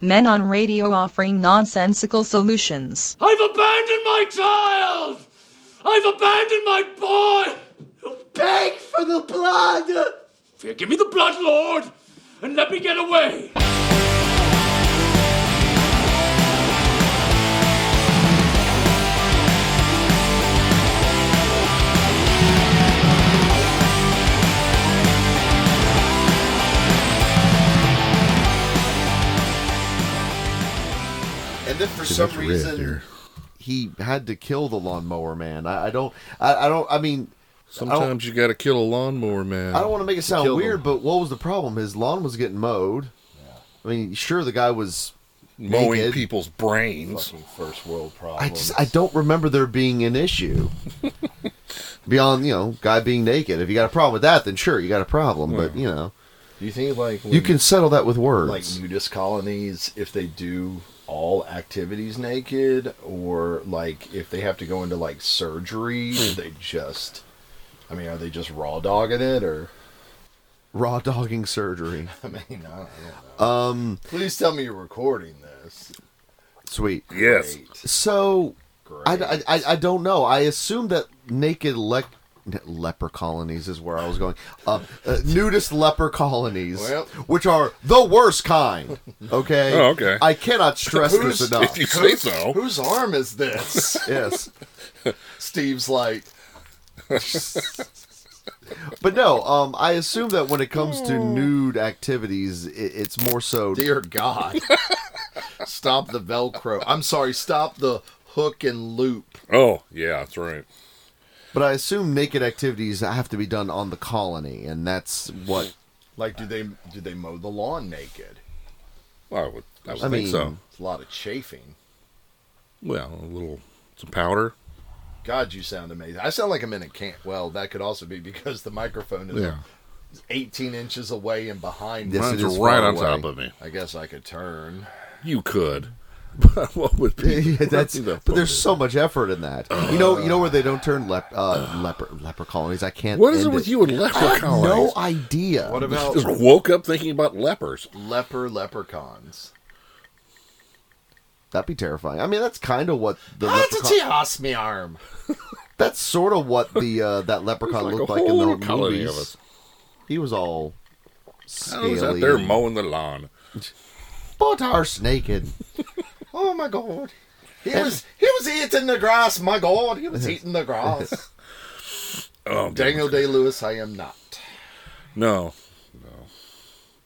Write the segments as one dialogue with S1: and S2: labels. S1: Men on radio offering nonsensical solutions.
S2: I've abandoned my child! I've abandoned my boy! Beg for the blood! Give me the blood, Lord, and let me get away!
S3: And then for
S4: Dude,
S3: some
S4: that's rigged
S3: reason,
S4: here.
S3: he had to kill the lawnmower man. I, I don't. I, I don't. I mean,
S4: Sometimes you got to kill a lawnmower man.
S3: I don't want to make it sound
S5: Kill them.
S3: weird, but what was the problem? His lawn was getting mowed. I mean, sure, the guy was.
S4: mowing
S3: naked.
S4: people's brains.
S5: Fucking first world problem.
S3: I just I don't remember there being an issue. Beyond you know, guy being naked. If you got a problem with that, then sure, you got a problem. But you know,
S5: Do you think like
S3: you
S5: when-
S3: can settle that with words.
S5: like nudist colonies if they do all activities naked or like if they have to go into like surgery
S3: Hmm.
S5: do they just i mean are they just raw dogging it or
S3: Raw dogging surgery.
S5: i mean i don't, I don't know um please tell me you're recording this
S3: Sweet.
S4: Yes.
S5: Great,
S3: So
S5: great.
S3: I, I, I- I don't know. I assume that naked le- leper colonies is where I was going. Uh, uh, nudist leper colonies,
S5: Well.
S3: which are the worst kind. Okay.
S4: Oh, okay.
S3: I cannot stress
S5: Who's-
S3: this enough.
S4: If you say so.
S5: whose arm is this
S3: yes.
S5: steve's like
S3: But no, um, I assume that when it comes to nude activities, i it's more so.
S5: Hmm. dear god stop the velcro i'm sorry stop the hook and loop
S4: Oh, yeah, that's right.
S3: But I assume naked activities have to be done on the colony, and that's what
S5: like do they do they mow the lawn naked
S4: I would, I would
S3: I
S4: think
S3: mean-
S4: so.
S5: It's a lot of chafing.
S4: Well, a little some powder.
S5: God, you sound amazing. I sound like I'm in a camp. Well, that could also be because the microphone is
S4: Yeah.
S5: 18 inches away and behind
S3: Yes,
S5: me.
S4: Mine's
S3: it is
S4: right
S3: far
S4: on
S3: away.
S4: top of me.
S5: I guess I could turn.
S4: You could. But what would be,
S3: Yeah,
S4: what would
S3: that's
S4: be the
S3: but
S4: fun?
S3: there's so much effort in that. You know, you know where they don't turn lep, uh, leper leper colonies. I can't.
S4: What is
S3: end
S4: it with you and leper colonies?
S3: No idea.
S5: What about
S4: Just woke up thinking about lepers.
S5: leper leprechauns?
S3: That'd be terrifying. I mean, that's kind of what
S4: Ah,
S3: the
S5: Ah,
S3: leprechaun-
S5: That's me arm.
S3: that's sort of what the uh, that leprechaun
S4: There's like
S3: looked
S4: a
S3: like in
S4: whole
S3: the
S4: little colony of
S3: movies.
S4: us.
S3: He was all
S4: I
S3: scaly.
S4: was out there mowing the lawn.
S3: but arse naked.
S5: Oh my god. He was he was eating the grass. My god, he was eating the grass.
S4: Oh,
S5: Daniel Day Lewis, I am not.
S4: No, no.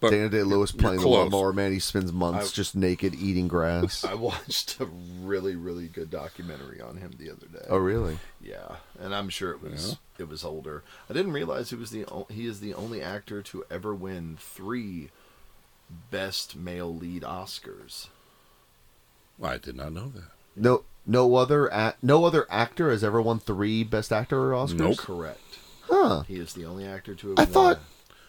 S4: But
S3: Dana Day Lewis playing the
S4: close.
S3: lawnmower man. He spends months
S5: I-
S3: just naked eating grass.
S5: I watched a really really good documentary on him the other day.
S3: oh really?
S5: Yeah, and I'm sure it was it was older. I didn't realize he was the o- he is the only actor to ever win three best male lead Oscars.
S4: I did not know that.
S3: No. No other a- no other actor has ever won three Best Actor Oscars.
S4: Nope.
S5: Correct.
S3: Huh.
S5: He is the only actor to have
S3: I
S5: won.
S3: thought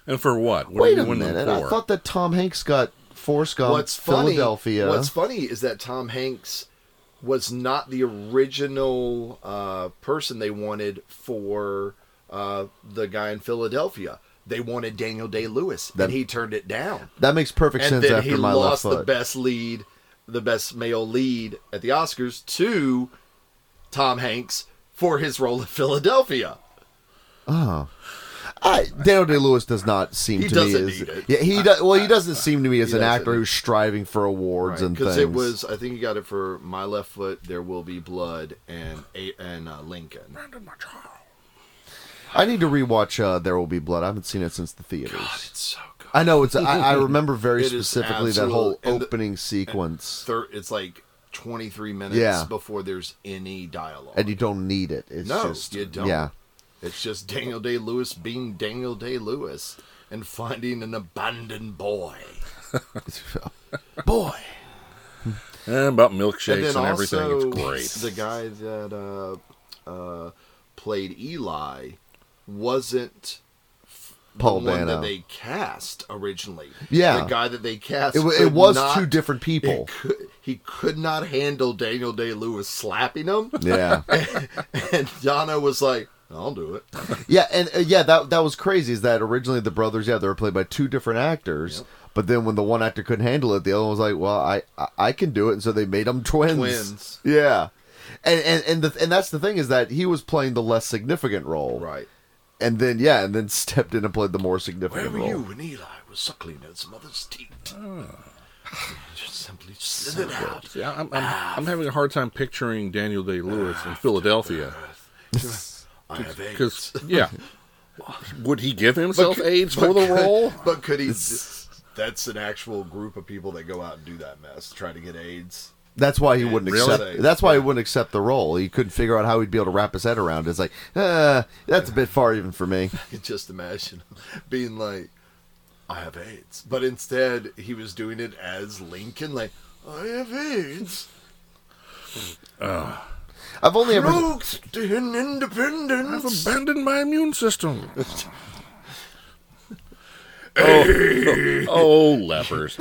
S4: And for what? What
S3: Wait
S4: did
S3: a
S4: you win them
S3: minute! I
S4: for?
S3: thought that Tom Hanks got Forrest Gump,
S5: what's funny,
S3: um, Philadelphia.
S5: What's funny is that Tom Hanks was not the original uh, person they wanted for uh, the guy in Philadelphia. They wanted Daniel Day Lewis,
S3: That-
S5: and he turned it down.
S3: that makes perfect
S5: and
S3: sense
S5: then
S3: after
S5: he
S3: my
S5: lost
S3: left
S5: the
S3: foot.
S5: best lead, the best male lead at the Oscars to Tom Hanks for his role in Philadelphia.
S3: I, Daniel Day Lewis does not seem
S5: He
S3: to
S5: doesn't
S3: me as
S5: need it.
S3: yeah he does well he doesn't seem to me as an
S5: doesn't.
S3: actor who's striving for awards and things.
S5: Because it was, I think he got it for My Left Foot, There Will Be Blood, and A- and uh, Lincoln.
S3: I need to rewatch uh, There Will Be Blood. I haven't seen it since the theaters.
S5: It's so good.
S3: I know it's. I, I remember very
S5: It is
S3: specifically that whole
S5: absolute- and the-
S3: opening sequence,
S5: Thir- it's like 23 minutes
S3: Yeah.
S5: before there's any dialogue.
S3: and you don't need it. It's
S5: no,
S3: just,
S5: you don't.
S3: Yeah,
S5: It's just Daniel Day Lewis being Daniel Day Lewis and finding an abandoned boy. Boy.
S4: Eh, about
S5: and
S4: milkshakes
S5: then
S4: and, everything.
S5: also
S4: it's
S5: the
S4: great.
S5: guy that uh, uh, played Eli wasn't
S3: Paul
S5: the one
S3: Dano.
S5: that they cast originally.
S3: Yeah.
S5: the guy that they cast.
S3: It wa- it
S5: could
S3: was
S5: not-
S3: two different people.
S5: it could- he could not handle Daniel Day Lewis slapping him,
S3: yeah.
S5: and Donna was like, "I'll do it."
S3: Yeah, and uh, yeah, that that was crazy. Is that originally the brothers? Yeah, they were played by two different actors, But then when the one actor couldn't handle it, the other one was like, "Well, I I, I can do it," and so they made them twins.
S5: Twins.
S3: Yeah. And and and the, and that's the thing is that he was playing the less significant role,
S6: Right.
S3: And then yeah, and then stepped in and played the more significant role.
S5: when Eli was suckling at his mother's teat?
S3: Ah.
S5: Just simply slid it out.
S4: See, I- I'm, I'm, I'm having a hard time picturing Daniel Day Lewis in Philadelphia.
S5: I have
S4: Because, yeah. Would he give himself AIDS for the role?
S6: But could he? That's an actual group of people that go out and do that mess, try to get AIDS.
S3: That's why he wouldn't
S6: Really?
S3: accept. That's why he wouldn't accept the role. He couldn't figure out how he'd be able to wrap his head around. it. It's like, uh, that's a bit far even for me.
S5: I could just imagine him being like, I have AIDS. But instead, he was doing it as Lincoln, like, I have AIDS.
S3: I've only ever.
S5: Rogues to an
S4: I've
S5: independence.
S4: abandoned my immune system. oh, oh, lepers.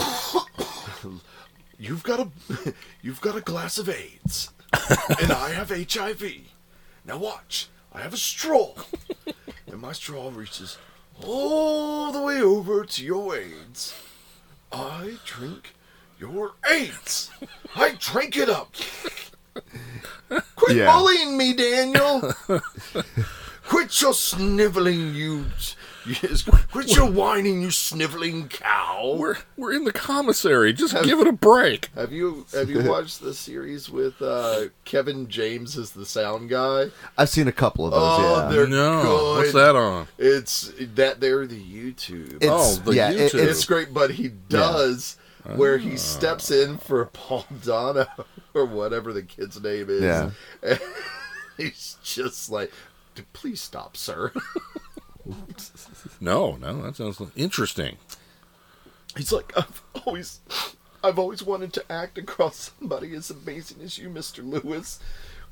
S5: You've got a, you've got a glass of AIDS, and I have HIV. Now watch. I have a straw, and my straw reaches all the way over to your AIDS. I drink your AIDS. I drink it up. Quit
S3: Yeah.
S5: bullying me, Daniel. Quit your sniveling, you. Quit your whining, you sniveling cow.
S4: We're, we're in the commissary. Just give it a break.
S5: Have you have you watched the series with uh, Kevin James as the sound guy?
S3: I've seen a couple of those.
S5: Oh,
S3: yeah.
S5: they're
S4: no.
S5: good.
S4: What's that on?
S5: It's that they're the YouTube.
S3: It's-
S4: Oh, the
S3: yeah, it-
S4: YouTube.
S5: it's great, but he does where
S4: Ah.
S5: he steps in for Paul Dano or whatever the kid's name is.
S3: Yeah.
S5: And he's just like, "D- please stop, sir.
S4: No, no, that sounds interesting.
S5: He's like, I've always, I've always wanted to act across somebody as amazing as you, Mister Lewis.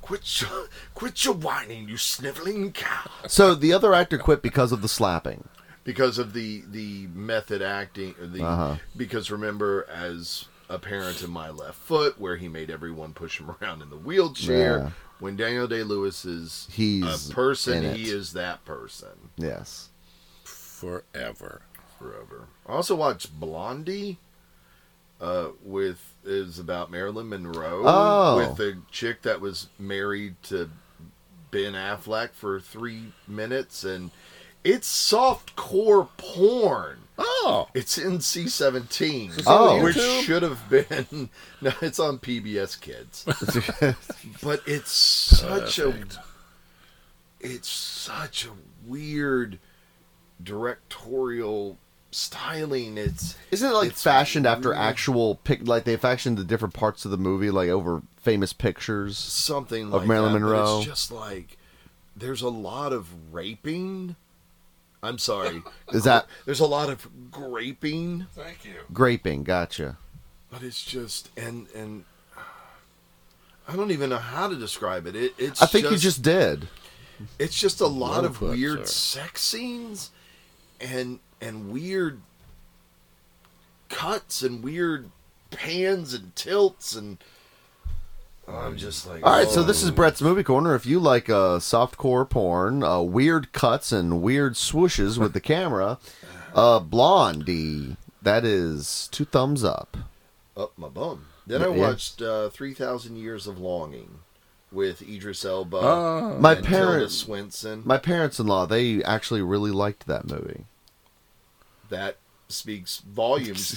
S5: Quit your, quit your whining, you sniveling cow.
S3: So the other actor quit because of the slapping.
S5: Because of the the method acting, or the
S3: Uh-huh.
S5: because remember as a parent in my left foot, where he made everyone push him around in the wheelchair.
S3: Yeah.
S5: When Daniel Day Lewis is
S3: He's
S5: a
S3: in
S5: person, he
S3: it.
S5: is that person
S3: Yes.
S4: Forever.
S5: forever. I also watched Blondie. Uh, with is about Marilyn Monroe
S3: Oh.
S5: with the chick that was married to Ben Affleck for three minutes, and it's soft core porn.
S4: Oh,
S5: It's NC seventeen.
S3: on Oh.
S5: which
S4: YouTube?
S5: should have been no, it's on PBS Kids. but it's
S3: Uh,
S5: such a it's such a weird directorial styling. It's
S3: Isn't it like
S5: It's
S3: fashioned after
S5: weird.
S3: actual pic? Like they fashioned the different parts of the movie like over famous pictures.
S5: something
S3: Of
S5: like
S3: Marilyn
S5: that, but
S3: Monroe.
S5: It's just like there's a lot of raping. I'm sorry.
S3: Is that
S5: There's a lot of graping,
S4: thank you.
S3: graping? Gotcha.
S5: but it's just and and I don't even know how to describe it. It it's
S3: I think you just did.
S5: it's just a lot of
S4: put,
S5: weird
S4: sir.
S5: sex scenes and and weird cuts and weird pans and tilts and I'm just like "Oh,
S3: All right, so this is Brett's Movie Corner. If you like uh, softcore porn, uh, weird cuts, and weird swooshes with the camera, uh, Blondie, that is two thumbs up.
S5: up my bum. Then I
S3: Yeah.
S5: watched uh, Three Thousand Years of Longing with Idris Elba
S4: Oh,
S3: Uh, My
S5: and Tilda
S3: parents,
S5: Swinton.
S3: my parents-in-law, they actually really liked that movie.
S5: that speaks volumes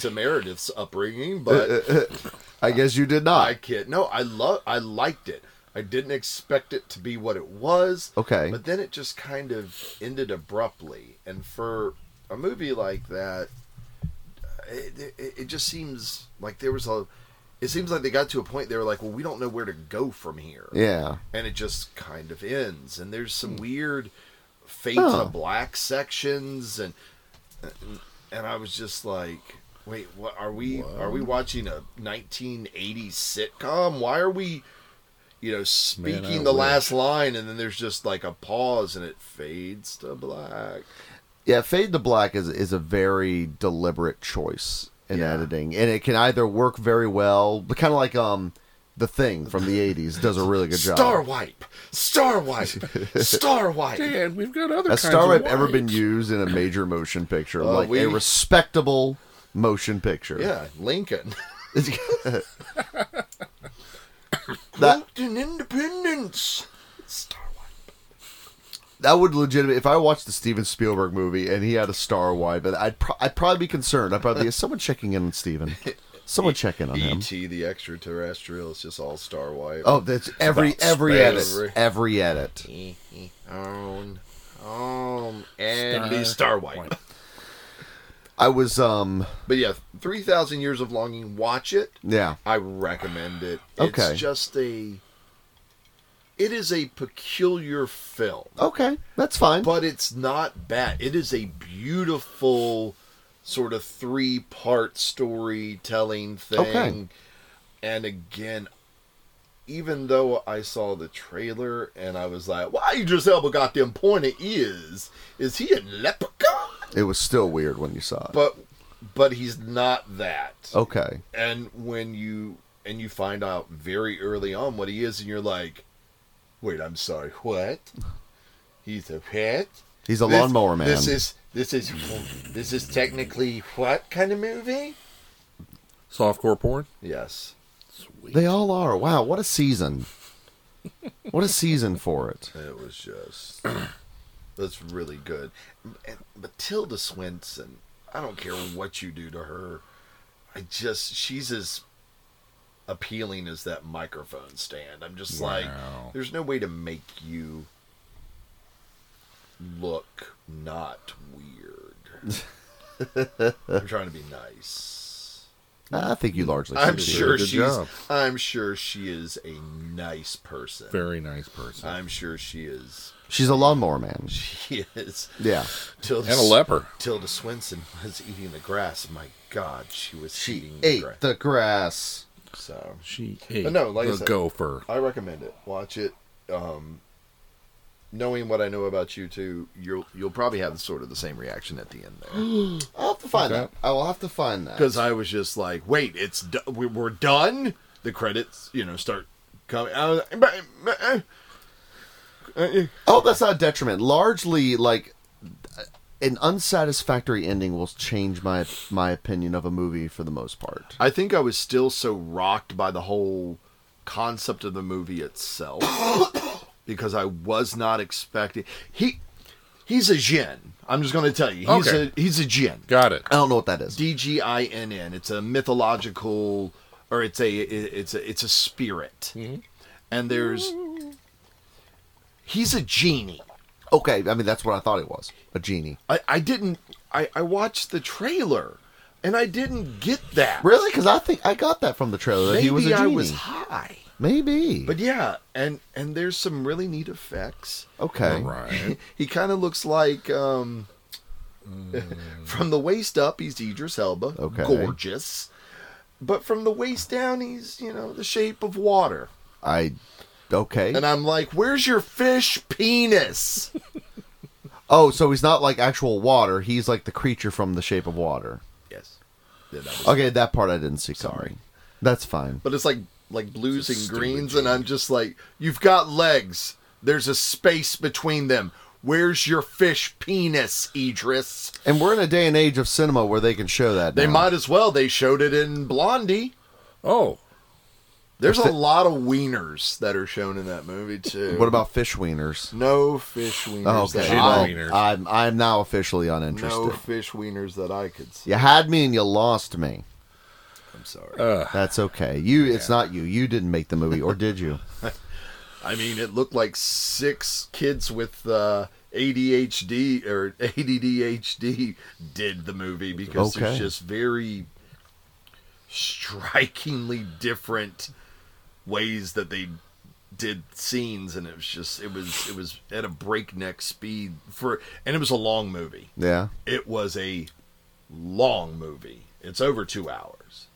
S5: to Meredith's upbringing,
S3: Uh,
S5: but
S3: I guess you did not.
S5: I kid. No, I love. I liked it. I didn't expect it to be what it was.
S3: Okay.
S5: But then it just kind of ended abruptly, and for a movie like that, it, it, it just seems like there was a. It seems like they got to a point. They were like, "Well, we don't know where to go from here."
S3: yeah,
S5: and it just kind of ends. And there's some weird fade
S3: Hmm. Huh.
S5: to black sections, and and I was just like, wait, what are we? Are we watching a 1980s sitcom? Why are we, you know, speaking the last line, and then there's just like a pause, and it fades to black.
S3: yeah. Fade to black is is a very deliberate choice in editing, and it can either work very well, but kind of like um, the thing from the '80s does a really good job.
S5: Star wipe, star wipe, star wipe.
S4: Dan, we've got other
S3: Has
S4: kinds
S3: Star
S4: of
S3: Wipe ever been
S4: wipes.
S3: used in a major motion picture?
S5: Uh,
S3: like
S5: we-
S3: a respectable motion picture.
S5: Yeah, Lincoln.
S3: that
S7: Captain Independence.
S3: that would legitimately. If I watched the Steven Spielberg movie and he had a star wipe, I'd pro- I'd probably be concerned. I'd probably be someone checking in on Steven. Someone check in on him.
S5: E.T. E the extraterrestrial. It's just all Star White.
S3: Oh, that's every every
S5: space.
S3: edit. Every edit.
S5: Um, um, and the Star White.
S3: I was um
S5: But yeah, 3,000 Years of Longing. Watch it.
S3: yeah.
S5: I recommend it.
S3: Okay.
S5: It's just a. It is a peculiar film,
S3: Okay, that's fine.
S5: but it's not bad. It is a beautiful sort of three part storytelling thing.
S3: Okay.
S5: And again, even though I saw the trailer and I was like, why Idris Elba got them pointed ears? Is he a leprechaun?
S3: it was still weird when you saw it.
S5: But but he's not that
S3: okay.
S5: and when you and you find out very early on what he is and you're like wait i'm sorry what he's a pet
S3: He's a
S5: This-
S3: lawnmower man.
S5: this is this is this is technically what kind of movie
S4: Softcore porn.
S5: yes
S3: they all are. Wow, what a season. What a season for it.
S5: it was just that's really good and matilda swinson i don't care what you do to her i just she's as appealing as that microphone stand i'm just like
S4: Wow.
S5: There's no way to make you look not weird. I'm trying to be nice.
S3: I think you largely
S5: I'm
S3: succeeded.
S5: sure
S4: good
S5: she's.
S4: job.
S5: I'm sure she is a nice person.
S4: Very nice person.
S5: I'm sure she is.
S3: she's a lawnmower man.
S5: She is.
S3: Yeah.
S5: Tilda,
S4: and a leper.
S5: Tilda Swinson was eating the grass. My God, she was eating the
S3: Ate
S5: grass.
S3: the grass.
S5: so
S4: She ate
S5: no, like I
S4: the
S5: said-
S4: gopher.
S5: I recommend it. Watch it. Um, knowing what I know about you two, you'll you'll probably have sort of the same reaction at the end there.
S3: I'll have to find
S4: Okay.
S3: that. I will have to find that.
S5: Because I was just like, wait, it's do- we- we're done. The credits, you know, start coming. uh, I was like, "Bah, bah, eh."
S3: Oh, that's not a detriment. Largely, like an unsatisfactory ending will change my my opinion of a movie for the most part.
S5: I think I was still so rocked by the whole concept of the movie itself because I was not expecting he. He's a gin. I'm just going to tell you. He's
S4: Okay.
S5: a he's a gin.
S4: Got it.
S3: I don't know what that is.
S5: D G I N N. It's a mythological, or it's a it's a it's a spirit,
S3: Mm-hmm.
S5: and there's he's a genie.
S3: Okay, I mean that's what I thought it was. A genie.
S5: I I didn't I I watched the trailer, and I didn't get that.
S3: Really? Because I think I got that from the trailer. that
S5: Maybe
S3: he was a genie.
S5: I was high,
S3: Maybe.
S5: but yeah, and and there's some really neat effects.
S3: okay.
S4: Right.
S5: He kind of looks like um,
S4: Hmm.
S5: from the waist up, he's Idris Elba,
S3: Okay.
S5: gorgeous, but from the waist down, he's you know the shape of water.
S3: I. Okay.
S5: And I'm like, where's your fish penis?
S3: oh, so he's not like actual water. He's like the creature from The Shape of Water.
S5: yes. Yeah, that
S4: Oh.
S5: was-
S3: Okay, that part I didn't see. Sorry. That's fine.
S5: But it's like like blues
S4: It's a
S5: and greens,
S4: stupid
S5: and I'm just like, you've got legs. There's a space between them. Where's your fish penis, Idris?
S3: And we're in a day and age of cinema where they can show that.
S5: They
S3: now.
S5: might as well. They showed it in Blondie.
S4: Oh,
S5: There's a lot of wieners that are shown in that movie too.
S3: What about fish wieners?
S5: no fish wieners?
S3: Oh, okay.
S5: that
S4: Gin
S5: I-
S3: I,
S4: wieners.
S3: I'm I'm now officially uninterested.
S5: no fish wieners that I could see.
S3: You had me and you lost me.
S5: I'm
S3: Uh,
S5: sorry.
S3: That's okay. You, it's not you. You didn't make the movie, or did you?
S5: I mean, it looked like six kids with uh, ADHD or ADDHD did the movie because
S3: Okay.
S5: there's just very strikingly different ways that they did scenes, and it was just it was it was at a breakneck speed for, and it was a long movie.
S3: Yeah.
S5: It was a long movie. It's over two hours,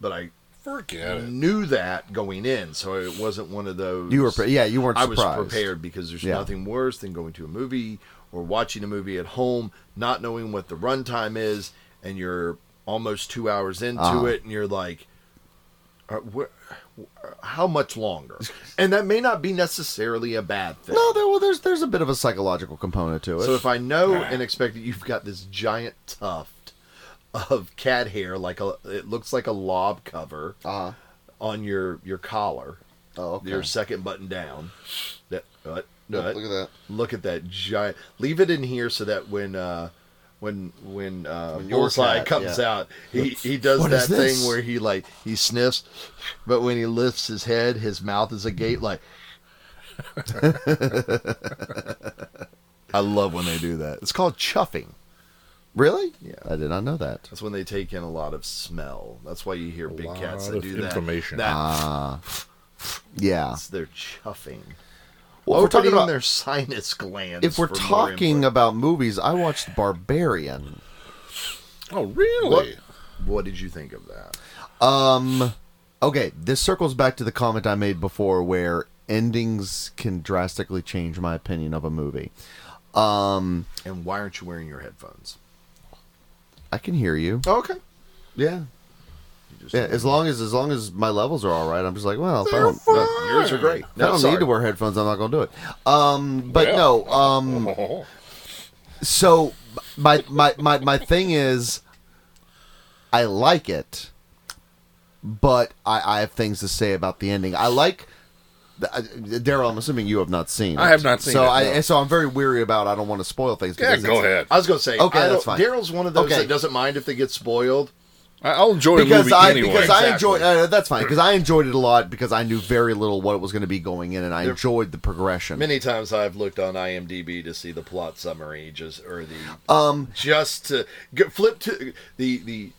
S5: but I
S4: forget it.
S5: knew that going in, so it wasn't one of those.
S3: You were, pre- yeah, you weren't
S5: I was
S3: surprised.
S5: prepared because there's
S3: Yeah.
S5: nothing worse than going to a movie or watching a movie at home, not knowing what the runtime is, and you're almost two hours into
S3: Uh-huh.
S5: it, and you're like, uh, wh- wh- "How much longer?" And that may not be necessarily a bad thing.
S3: No, there, well, there's there's a bit of a psychological component to it.
S5: So if I know and expect that you've got this giant tuft of cat hair, like a it looks like a lob cover
S3: Uh-huh.
S5: on your your collar,
S3: Oh, okay.
S5: your second button down. That uh,
S3: Look-
S5: uh,
S3: look at that.
S5: Look at that giant. Leave it in here so that when uh, when when, uh,
S3: When your
S5: Bullseye
S3: cat,
S5: comes
S3: yeah.
S5: out, he he does
S3: What
S5: that
S3: is this?
S5: thing where he like he sniffs, but when he lifts his head, his mouth is agape. Like I love when they do that. It's called chuffing.
S3: Really? Yeah. I did not know that.
S5: That's when they take in a lot of smell. That's why you hear big
S4: lot
S5: cats that
S4: of
S5: do that.
S4: information.
S5: That
S3: Yeah.
S5: they're chuffing.
S3: Well, if we're talking
S5: Opening
S3: about
S5: their sinus glands.
S3: if we're
S5: for more
S3: talking
S5: input.
S3: about movies, I watched Barbarian.
S4: Oh, really?
S5: what did you think of that?
S3: Um, okay, this circles back to the comment I made before where endings can drastically change my opinion of a movie. Um,
S5: And why aren't you wearing your headphones?
S3: I can hear you.
S5: Okay.
S3: Yeah. Yeah, as long as as long as my levels are all right, I'm just like, well, if I don't,
S5: yours are great.
S3: if I don't need to wear headphones, I'm not gonna do it. Um, but no, um,
S4: Oh,
S3: so my my my my thing is I like it, but I, I have things to say about the ending. I like th- I- Daryl. I'm assuming you have not seen.
S4: I
S3: it.
S4: have not seen
S3: so
S4: it,
S3: I
S4: no.
S3: and so I'm very weary about. I don't want to spoil things.
S4: Yeah,
S3: because
S4: go
S3: it's-
S4: ahead.
S5: I was gonna say.
S3: Okay,
S5: I
S3: that's
S5: don't-
S3: fine.
S5: Daryl's one of those
S3: Okay.
S5: that doesn't mind if they get spoiled.
S4: I, I'll enjoy a
S3: Because
S4: movie
S3: I
S4: anyway.
S3: because I enjoyed
S5: Exactly.
S3: uh, that's fine because I enjoyed it a lot because I knew very little what it was going to be going in and I enjoyed the progression.
S5: Many times I've looked on IMDb to see the plot summary, just or the um, just to get, flip to the the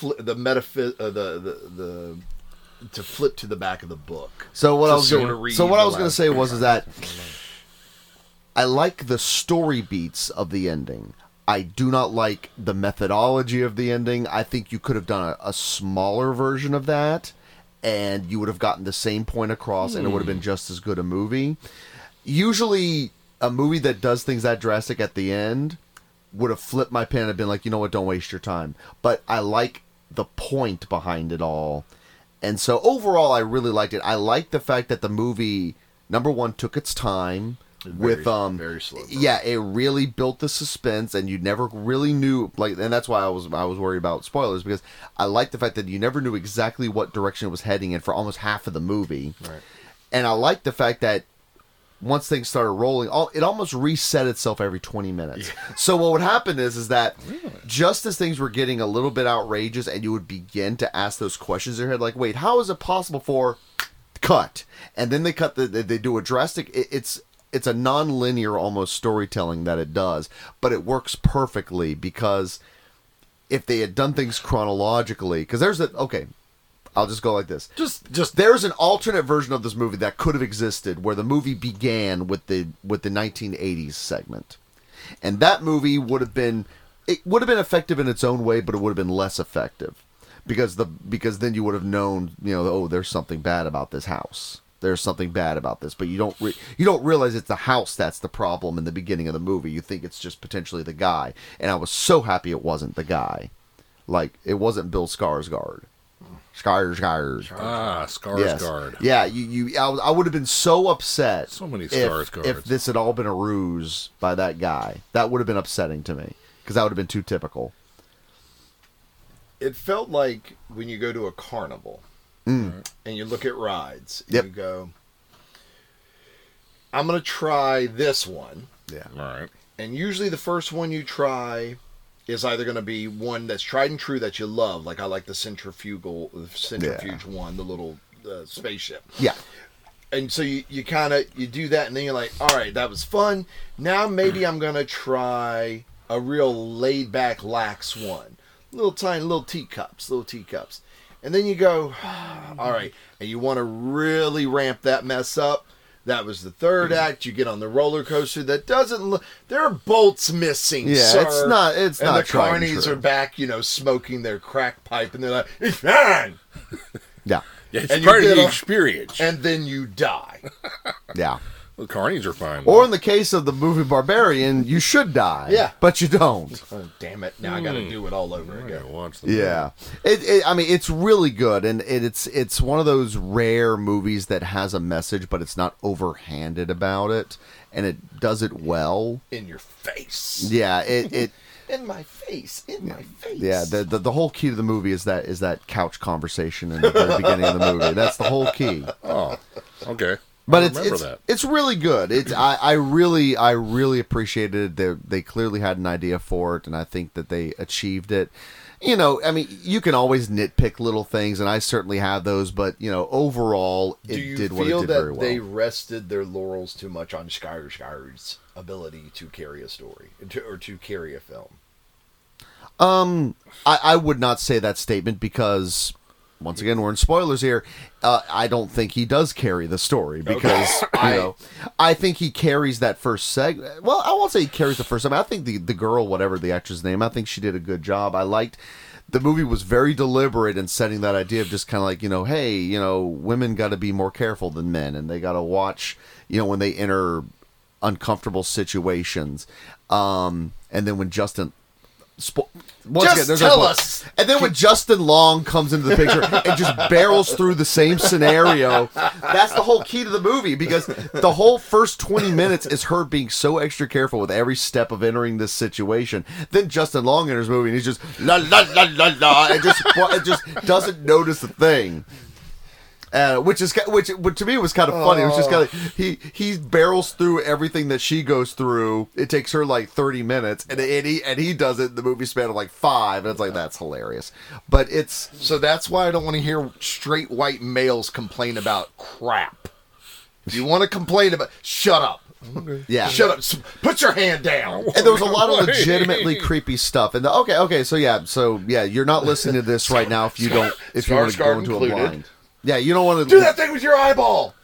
S5: fli the metaphy- uh, the, the the to flip to the back of the book.
S3: So what
S5: to
S3: I was
S5: sort of
S3: gonna,
S5: read
S3: so what I
S5: the
S3: was going to
S5: last-
S3: say was is that I like the story beats of the ending. I do not like the methodology of the ending. I think you could have done a, a smaller version of that, and you would have gotten the same point across, and it would have been
S5: Hmm.
S3: just as good a movie. Usually, a movie that does things that drastic at the end would have flipped my pen and been like, you know what, don't waste your time. But I like the point behind it all. And so overall, I really liked it. I like the fact that the movie, number one, took its time with um
S5: very slow burn.
S3: yeah it really built the suspense and you never really knew like and that's why i was i was worried about spoilers because i like the fact that you never knew exactly what direction it was heading in for almost half of the movie right and i like the fact that once things started rolling, all it almost reset itself every 20 minutes. So what would happen is is that just as things were getting a little bit outrageous and you would begin to ask those questions in your head like, "Wait, how is it possible for cut?" And then they cut the they, they do a drastic it, it's it's a non-linear almost storytelling that it does, but it works perfectly because if they had done things chronologically, because there's a okay, I'll just go like this.
S5: Just
S3: Just there's an alternate version of this movie that could have existed where the movie began with the with the 1980s segment. And that movie would have been it would have been effective in its own way, but it would have been less effective because the because then you would have known, you know, oh, there's something bad about this house. There's something bad about this, but you don't re- you don't realize it's the house that's the problem in the beginning of the movie. You think it's just potentially the guy, and I was so happy it wasn't the guy. Like it wasn't Bill Skarsgård. Skarsgård.
S4: Ah,
S3: Yes.
S4: Skarsgård.
S3: Yeah, you, you I, was- I would have been so upset.
S4: So many
S3: if-
S4: Skarsgårds.
S3: If this had all been a ruse by that guy, that would have been upsetting to me because that would have been too typical.
S5: it felt like when you go to a carnival and you look at rides and
S3: Yep.
S5: you go i'm going to try this one
S3: Yeah.
S4: All right.
S5: and usually the first one you try is either going to be one that's tried and true that you love like i like the centrifugal the centrifuge one the little uh, spaceship
S3: Yeah.
S5: and so you, you kind of you do that and then you're like all right that was fun now maybe i'm gonna try a real laid back lax one little tiny little teacups little teacups and then you go all right and you want to really ramp that mess up that was the third
S3: Mm-hmm.
S5: act. You get on the roller coaster that doesn't look. There are bolts missing.
S3: Yeah,
S5: sir.
S3: it's not- it's
S5: and
S3: not
S5: The
S3: tried and
S5: carnies
S3: true.
S5: are back, you know, smoking their crack pipe, and they're like, "It's fine,"
S3: Yeah.
S4: Yeah, it's
S5: And you
S4: part of
S5: did
S4: the
S5: a-
S4: experience.
S5: and then you die.
S3: Yeah.
S4: the carnies are fine.
S3: Or in the case of the movie Barbarian, you should die.
S5: Yeah.
S3: But you don't.
S5: Oh, damn it! Now I
S3: Hmm.
S5: got to do it all over
S4: I
S5: again.
S4: gotta watch them.
S3: Yeah, it, it. I mean, it's really good, and it, it's it's one of those rare movies that has a message, but it's not overhanded about it, and it does it well.
S5: in your face.
S3: Yeah, it it
S5: in my face, in my face.
S3: Yeah, the, the the whole key to the movie is that is that couch conversation in the very beginning of the movie. That's the whole key.
S4: Oh, okay.
S3: But
S4: I
S3: it's
S4: remember
S3: it's,
S4: that.
S3: it's really good. It's I, I really I really appreciated it. They, they clearly had an idea for it, and I think that they achieved it. You know, I mean, you can always nitpick little things, and I certainly have those. But you know, overall, it
S5: Do you
S3: did what it
S5: feel
S3: did
S5: that
S3: very well.
S5: they rested their laurels too much on Skarsgård's ability to carry a story to, or to carry a film?
S3: I, I would not say that statement because once again we're in spoilers here. Uh, I don't think he does carry the story because you know I think he carries that first segment. Well, I won't say he carries the first segment. I think the the girl, whatever the actress' name, I think she did a good job. I liked. The movie was very deliberate in setting that idea of just kind of like, you know, hey, you know, women got to be more careful than men and they got to watch, you know, when they enter uncomfortable situations. Um, and then when Justin spo- once
S5: Just
S3: again, there's
S5: tell
S3: our-
S5: us.
S3: And then when Justin Long comes into the picture and just barrels through the same scenario, that's the whole key to the movie because the whole first 20 minutes is her being so extra careful with every step of entering this situation. Then Justin Long enters the movie and he's just la la la la la and just and just doesn't notice a thing. Uh, which is ki- which, which to me was kind of funny. It was just kind of
S5: Oh.
S3: he he barrels through everything that she goes through. It takes her like thirty minutes, and, and he and he does it in the movie span of like five, and it's like that's hilarious. But it's
S5: So that's why I don't want to hear straight white males complain about crap. If you want to complain about, shut up.
S3: yeah,
S5: Shut up. S- Put your hand down.
S3: and there was a lot of
S4: Wait.
S3: legitimately creepy stuff. And the, okay, okay, so yeah, so yeah, you're not listening to this right now if you don't if you want to go
S5: Skarsgård
S3: into
S5: included.
S3: a blind. Yeah, you don't want to
S5: Do that thing with your eyeball.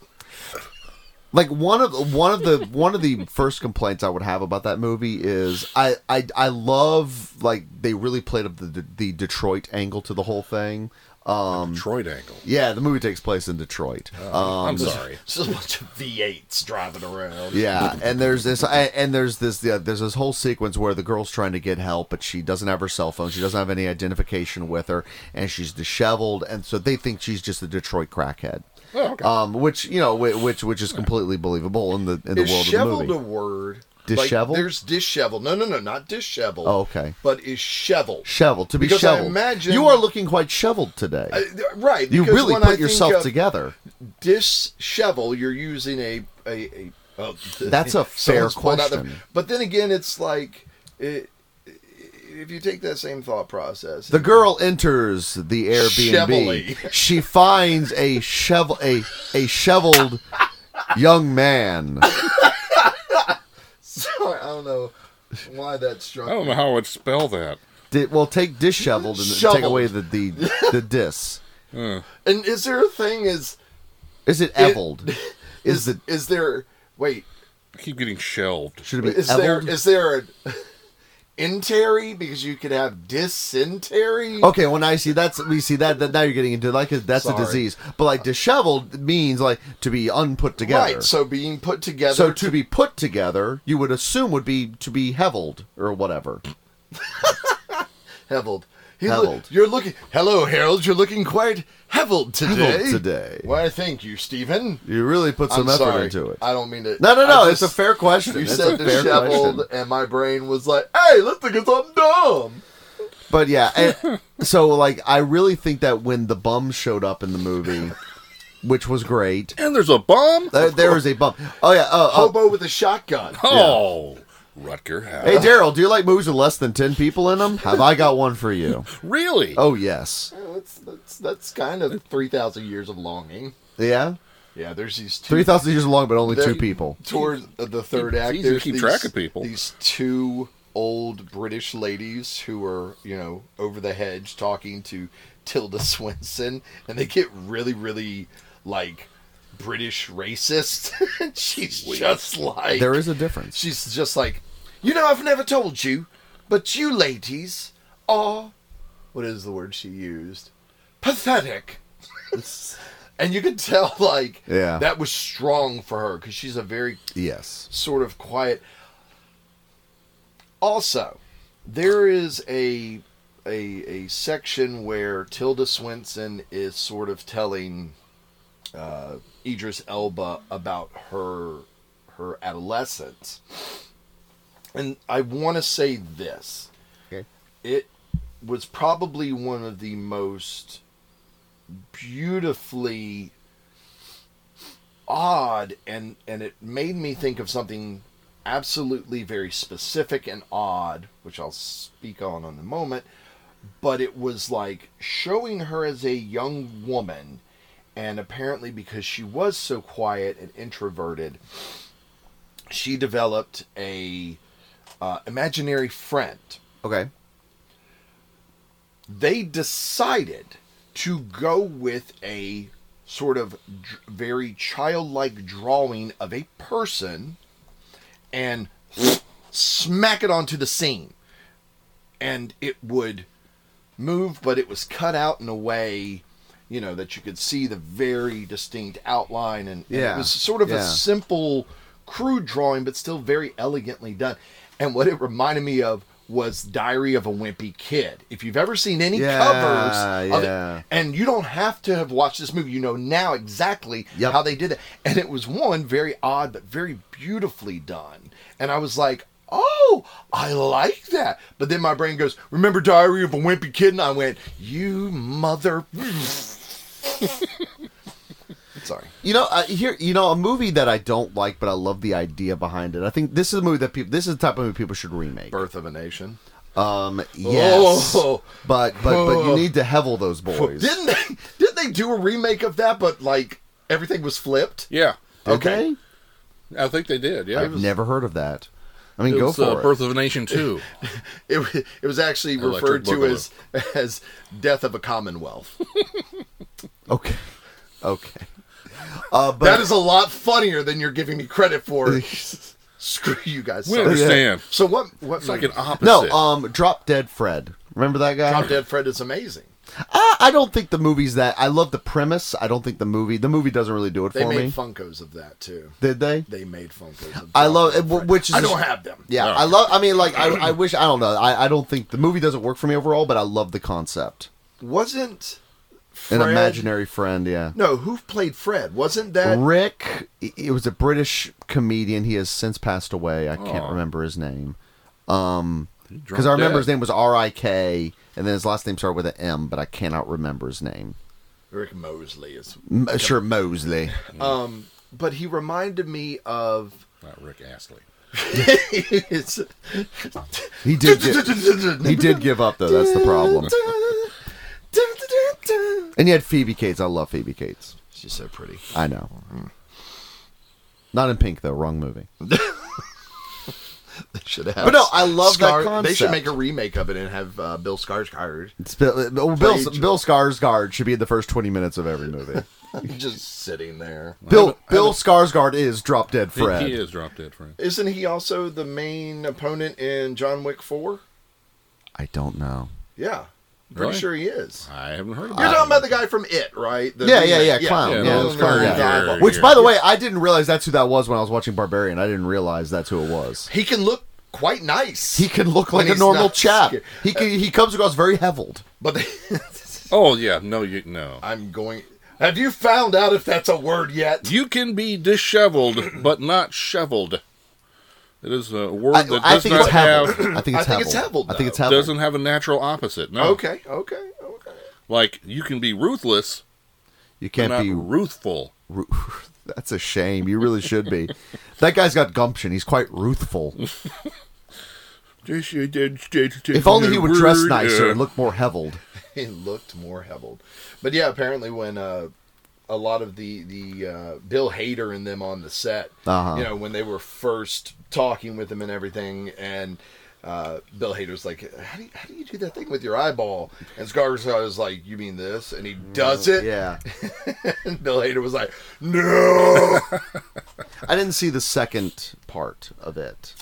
S3: like one of one of the one of the first complaints I would have about that movie is I I, I love like they really played up the the Detroit angle to the whole thing. Um,
S4: Detroit angle.
S3: yeah, the movie takes place in Detroit. Um,
S4: I'm sorry.
S5: It's just a bunch of V8s driving around.
S3: yeah, and there's this I- and there's this yeah, there's this whole sequence where the girl's trying to get help, but she doesn't have her cell phone. She doesn't have any identification with her, and she's disheveled, and so they think she's just a Detroit crackhead.
S4: Oh, okay.
S3: Um, which you know, whi- which which is completely believable in the in the
S5: Is
S3: world of the
S5: sheveled
S3: movie.
S5: a word?
S3: Disheveled?
S5: Like, there's disheveled. No, no, no, not disheveled.
S3: Oh, okay.
S5: But is shoveled.
S3: Shoveled to be
S5: Because I
S3: shoveled.
S5: imagine-
S3: you are looking quite shoveled today.
S5: Uh, th- right.
S3: you
S5: because
S3: really
S5: when I
S3: put
S5: think
S3: yourself
S5: of
S3: together.
S5: Dishevel, you're using a a. a oh,
S3: That's a fair
S5: someone spelled out the-
S3: question.
S5: but then again, it's like it, if you take that same thought process,
S3: The girl enters the Airbnb.
S5: Shevelly.
S3: She finds a shovel a a shoveled young man.
S5: so I don't know why that struck.
S4: I don't know how I would spell that.
S3: Did, well, take disheveled and
S5: Shoveled.
S3: take away the the the dis.
S5: And is there a thing? Is
S3: Is it eveled? Is it
S5: is there? Wait,
S4: I keep getting shelved.
S3: should it be
S5: Is there
S3: eveled?
S5: is there an intary because you could have dysentery?
S3: Okay, well, now you see that's we see that, that now you're getting into like that's
S5: Sorry.
S3: a disease, but like disheveled means like to be unput together.
S5: right. So being put together.
S3: So to be put together, you would assume would be to be heveled or whatever.
S5: heveled. He
S3: Heveled.
S5: you're looking. Hello, Harold. You're looking quite heveled today.
S3: Heveled today.
S5: Why? Thank you, Stephen.
S3: You really put some
S5: I'm
S3: effort
S5: sorry.
S3: into it.
S5: I don't mean to.
S3: no, no,
S5: I
S3: no.
S5: just-
S3: it's a fair question.
S5: You
S3: It's
S5: said
S3: a fair
S5: disheveled,
S3: question.
S5: and my brain was like, "Hey, let's think of something dumb."
S3: But yeah, and- so like, I really think that when the bum showed up in the movie, which was great,
S4: And there's a bomb?
S3: there, there was a bum. Oh yeah. Oh, oh.
S5: Hobo with a shotgun.
S4: Oh, Rutger Hauer.
S3: hey Daryl, do you like movies with less than ten people in them? Have I got one for you?
S4: really?
S3: Oh yes.
S5: That's, that's that's kind of three thousand years of longing.
S3: Yeah.
S5: Yeah, there's these two
S3: Three thousand years long, but only
S5: There-
S3: two people.
S5: Towards the third act,
S4: easy to
S5: there's
S4: keep
S5: these,
S4: track of people.
S5: These two old British ladies who are, you know, over the hedge talking to Tilda Swinton, and they get really, really like British racist. and she's just like,
S3: There is a difference.
S5: she's just like, you know, I've never told you, but you ladies are, what is the word she used? Pathetic. and you could tell, like,
S3: Yeah.
S5: that was strong for her because she's a very
S3: Yes.
S5: sort of quiet. Also, there is a a a section where Tilda Swinton is sort of telling uh, Idris Elba about her her adolescence, and I want to say this: it was probably one of the most beautifully odd and and it made me think of something absolutely very specific and odd which I'll speak on in a moment but it was like showing her as a young woman and apparently because she was so quiet and introverted she developed a uh, imaginary friend
S3: Okay.
S5: they decided to go with a sort of dr- very childlike drawing of a person and smack it onto the scene and it would move but it was cut out in a way you know that you could see the very distinct outline and, and
S3: Yeah,
S5: it was sort of a
S3: yeah.
S5: simple crude drawing but still very elegantly done and what it reminded me of was diary of a wimpy kid if you've ever seen any
S3: Yeah,
S5: covers of
S3: yeah.
S5: it and you don't have to have watched this movie you know now exactly
S3: Yep.
S5: how they did it and it was one very odd but very beautifully done and i was like oh i like that but then my brain goes remember diary of a wimpy kid and i went you mother sorry
S3: You know, uh, here you know a movie that I don't like, but I love the idea behind it. I think this is a movie that people. This is the type of movie people should remake.
S5: birth of a nation
S3: Um, yes,
S5: Oh.
S3: but but but you
S5: Oh.
S3: need to hevel those boys.
S5: didn't they didn't they do a remake of that but like everything was flipped
S4: Yeah.
S3: okay,
S4: I think they did. Yeah.
S3: I've never heard of that. I mean,
S4: it
S3: go
S4: was uh,
S3: for
S4: Birth
S3: it.
S4: of a Nation 2.
S5: it, wa- it was actually
S4: Electric
S5: referred to
S4: Boogaloo.
S5: as as death of a commonwealth
S3: Okay, okay. Uh, but
S5: that is a lot funnier than you're giving me credit for screw you guys
S4: We
S5: sorry.
S4: understand.
S5: so what what
S4: It's like an opposite.
S3: no. Um, Drop Dead Fred. Remember that guy?
S5: Drop Dead Fred is amazing.
S3: I, I don't think the movie's that. I love the premise. I don't think the movie. The movie doesn't really do it
S5: They
S3: for
S5: made
S3: me.
S5: Funkos of that too.
S3: Did they?
S5: They made Funkos. Of
S3: I
S5: Drop
S3: love
S5: Dead
S3: it, wh-
S5: Fred.
S3: which is
S5: I don't have them.
S3: Yeah,
S4: No.
S3: I love. I mean, like, I, I wish. I don't know. I, I don't think the movie doesn't work for me overall, but I love the concept.
S5: Wasn't
S3: An
S5: Fred,
S3: imaginary friend, yeah.
S5: No, who played Fred? Wasn't that
S3: Rick, i- it was a British comedian. He has since passed away. I can't
S4: Aw.
S3: remember his name
S4: Drop
S3: because I remember
S4: Dead.
S3: his name was R I K, and then his last name started with an M, but I cannot remember his name.
S5: Rick Mosley? Is
S3: M- Sure, Mosley.
S5: um, but he reminded me of.
S3: uh,
S4: Not Rick Astley.
S5: it's,
S3: He did. Get, he did give up though. That's the problem. And you had Phoebe Cates. I love Phoebe Cates.
S5: She's so pretty.
S3: I know. Not in pink though. Wrong movie.
S5: They should have.
S3: But no, I love that
S5: They should
S3: concept.
S5: make a remake of it and have uh, Bill Skarsgård
S3: It's Bill, Bill, Bill, Bill Skarsgård should be in the first 20 minutes of every movie.
S5: just sitting there.
S3: Bill Bill Skarsgård is Drop Dead
S4: He-
S3: Fred.
S4: He is Drop Dead Fred.
S5: Isn't he also the main opponent in John Wick Four?
S3: I don't know.
S5: Yeah, pretty
S4: Really?
S5: sure he is.
S4: I haven't heard of
S5: You're
S4: it.
S5: talking about the guy from It, right? The
S3: Yeah, yeah, yeah,
S5: remake.
S3: clown.
S4: Yeah,
S3: Yeah,
S4: no,
S3: it was
S4: no,
S3: clown,
S4: no,
S3: yeah.
S4: no, no.
S3: Which, by the way, I didn't realize that's who that was when I was watching Barbarian. I didn't realize that's who it was.
S5: He can look quite nice.
S3: He can look like
S5: When
S3: a
S5: he's
S3: normal
S5: not
S3: chap.
S5: scared.
S3: He can, he comes across very heveled.
S5: but
S4: Oh, yeah. No, you no.
S5: I'm going. Have you found out if that's a word yet?
S4: You can be disheveled, but not shoveled. It is a word
S3: I,
S4: that
S3: I
S4: does
S3: think
S4: not
S3: it's
S4: have
S3: heveled. I think
S5: I
S3: it's
S5: think it's
S3: heveled.
S5: heveled,
S3: I think it's
S5: though.
S3: heveled.
S4: doesn't have a natural opposite. No.
S5: Okay, okay, okay.
S4: Like you can be ruthless,
S3: You
S4: but
S3: can't
S4: not
S3: be.
S4: ruthful.
S3: ru- that's a shame. You really should be. that guy's got gumption. He's quite ruthful. If
S4: If
S3: only he would dress nicer and look more heveled.
S5: He looked more heveled, but yeah, apparently when uh, a lot of the the uh, Bill Hader and them on the set,
S3: Uh-huh.
S5: you know, when they were first talking with him and everything, and uh, Bill Hader's like, "How do you, how do you do that thing with your eyeball?" And Skarsgård was like, "You mean this?" And he does it.
S3: Yeah.
S5: And Bill Hader was like, "No."
S3: I didn't see the second part of it.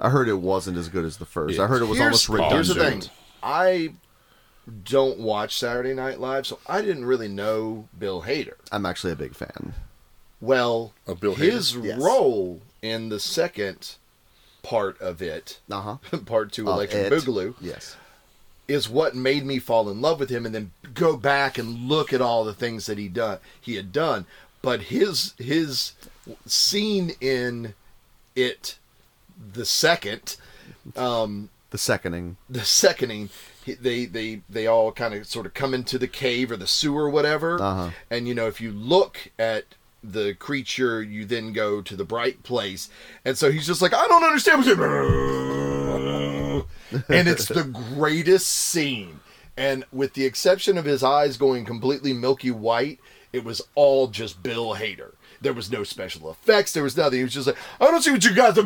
S3: I heard it wasn't as good as the first. I heard it was almost redundant.
S5: Here's the thing. I don't watch Saturday Night Live, so I didn't really know Bill Hader.
S3: I'm actually a big fan.
S5: Well,
S4: Of Bill
S5: his
S3: Hader? Yes.
S5: role in the second part of it,
S3: Uh huh.
S5: part two, Electric Uh-huh. Boogaloo,
S3: Yes.
S5: is what made me fall in love with him, and then go back and look at all the things that he done he had done. But his his scene in it, the second, um,
S3: The seconding.
S5: the seconding he- they they they all kind of sort of come into the cave or the sewer or whatever
S3: Uh-huh.
S5: and you know if you look at the creature you then go to the bright place and so he's just like i don't understand what's happening." and it's the greatest scene and with the exception of his eyes going completely milky white it was all just bill hader there was no special effects there was nothing he was just like i don't see what you guys are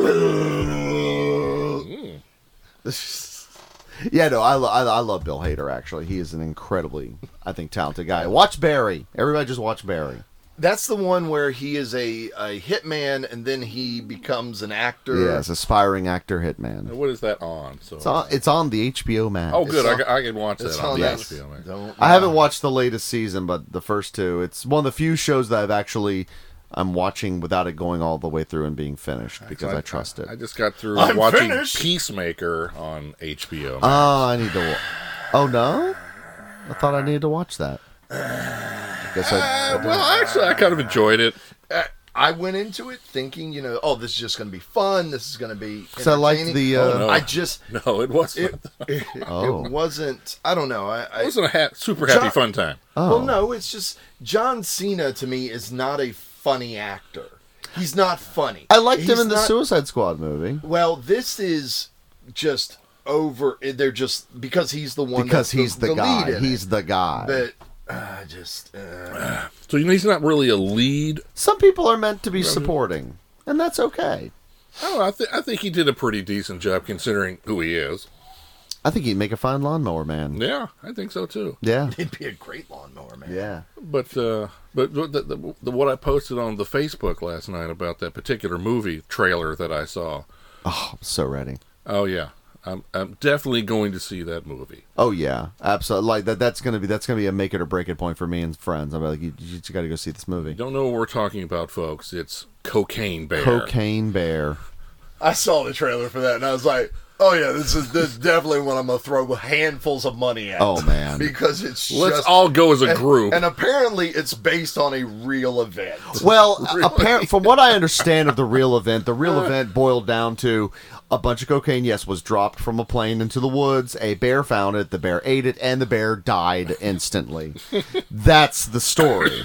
S3: Yeah, no, I, lo- I, I love Bill Hader. Actually, he is an incredibly, I think, talented guy. Watch Barry. Everybody, just watch Barry.
S5: That's the one where he is a, a hitman and then he becomes an actor.
S3: Yes, aspiring actor hitman.
S4: What is that on? So
S3: It's on, it's on the HBO Max.
S4: oh, good.
S5: it's
S4: I
S5: on-
S4: ca- I, can watch that
S5: It's
S4: on
S5: on
S4: the
S5: that.
S4: HBO. man.
S5: Don't
S3: I haven't watched the latest season, but the first two. It's one of the few shows that I've actually I'm watching without it going all the way through and being finished because I, trust it.
S4: I just got through
S5: I'm
S4: watching
S5: finished.
S4: Peacemaker on HBO.
S3: oh, I need to. Wa- oh no, I thought I needed to watch that. I guess I. I
S4: well, actually, I kind of enjoyed it.
S5: I, I went into it thinking, you know, oh, this is just going to be fun. This is going to be.
S3: So I liked
S5: entertaining.
S3: the, uh,
S5: Oh,
S4: no.
S5: I just.
S4: No, it wasn't.
S5: It,
S4: It,
S5: it,
S3: Oh.
S5: it wasn't. I don't know. I, I
S4: wasn't a ha- super happy
S5: John-
S4: fun time.
S3: Oh.
S5: Well, no, it's just John Cena to me is not a funny actor. He's not funny.
S3: I liked him
S5: He's
S3: in the
S5: not-
S3: Suicide Squad movie
S5: Well, this is just over. They're just because he's the one.
S3: because
S5: that's
S3: he's the,
S5: the lead
S3: guy.
S5: in it.
S3: He's the guy.
S5: but uh, just uh,
S4: So you know, he's not really a lead.
S3: Some people are meant to be supporting, and that's okay.
S4: I don't know. Oh, I, th- I think he did a pretty decent job considering who he is.
S3: I think he'd make a fine lawnmower man.
S4: Yeah, I think so too.
S3: Yeah,
S5: it'd be a great lawnmower man.
S3: yeah.
S4: But uh, but the, the, the, what I posted on the Facebook last night about that particular movie trailer that I saw.
S3: Oh, I'm so ready.
S4: Oh yeah, I'm I'm definitely going to see that movie.
S3: Oh yeah, absolutely. Like that. That's gonna be that's gonna be a make it or break it point for me and friends. I'm like, you, you just got to go see this movie.
S4: Don't know what we're talking about, folks. It's Cocaine Bear.
S3: Cocaine Bear.
S5: I saw the trailer for that and I was like, oh yeah, this is this is definitely one I'm gonna throw handfuls of money at.
S3: Oh man.
S5: because it's
S4: Let's
S5: just,
S4: all go as a group.
S5: and apparently it's based on a real event.
S3: Well, apparent from what I understand of the real event, the real event boiled down to a bunch of cocaine. Yes, was dropped from a plane into the woods. A bear found it. The bear ate it, and the bear died instantly. That's the story.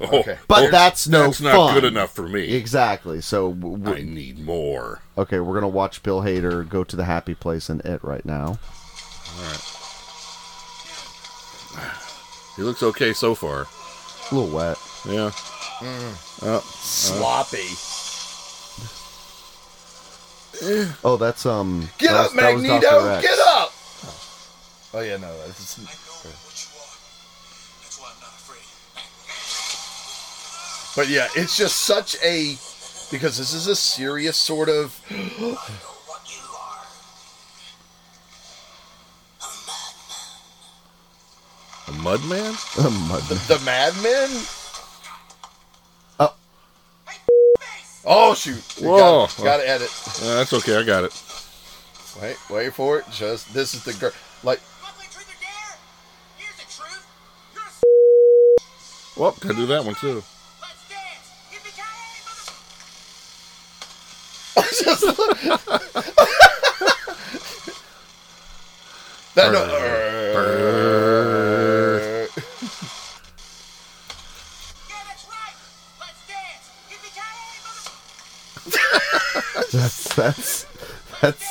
S4: okay.
S3: But that's no
S4: Oh, that's not
S3: fun.
S4: good enough for me.
S3: Exactly. So, w-
S4: I
S3: w-
S4: need more.
S3: okay, we're gonna watch Bill Hader go to the happy place in it right now.
S4: He looks okay so far.
S3: A little wet.
S4: Yeah.
S5: Sloppy.
S3: Oh, that's um.
S5: Get
S3: that
S5: up,
S3: was- that was Dr.
S5: Magneto!
S3: Rex.
S5: Get up! Oh yeah, no, that's But yeah, it's just such a because this is a serious sort of
S4: A mud man?
S3: A mud-
S5: the Mad Men.
S3: Oh.
S5: Oh shoot!
S4: Whoa.
S5: Got to edit.
S4: Uh, that's okay. I got it.
S5: Wait, wait for it. Just this is the girl. Like
S4: Well, I do that one too.
S5: I just. that no.
S3: that's that's that's.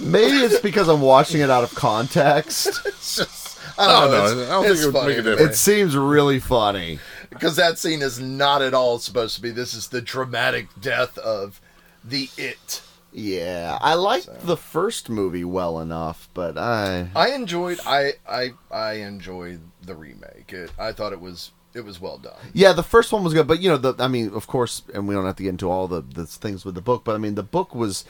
S3: Maybe it's because I'm watching it out of context.
S5: It's just. I
S4: Oh,
S5: don't know.
S4: no,
S5: it's,
S4: I don't think
S5: it's
S4: it would
S5: funny
S4: make a
S5: to me.
S3: It seems really funny.
S5: because that scene is not at all supposed to be. This is the dramatic death of the it.
S3: Yeah, I liked the first movie well enough, but I
S5: I enjoyed. I I I enjoyed the remake. It, I thought it was it was well done.
S3: yeah, the first one was good, but you know, the I mean, of course, and we don't have to get into all the, the things with the book, but I mean, the book was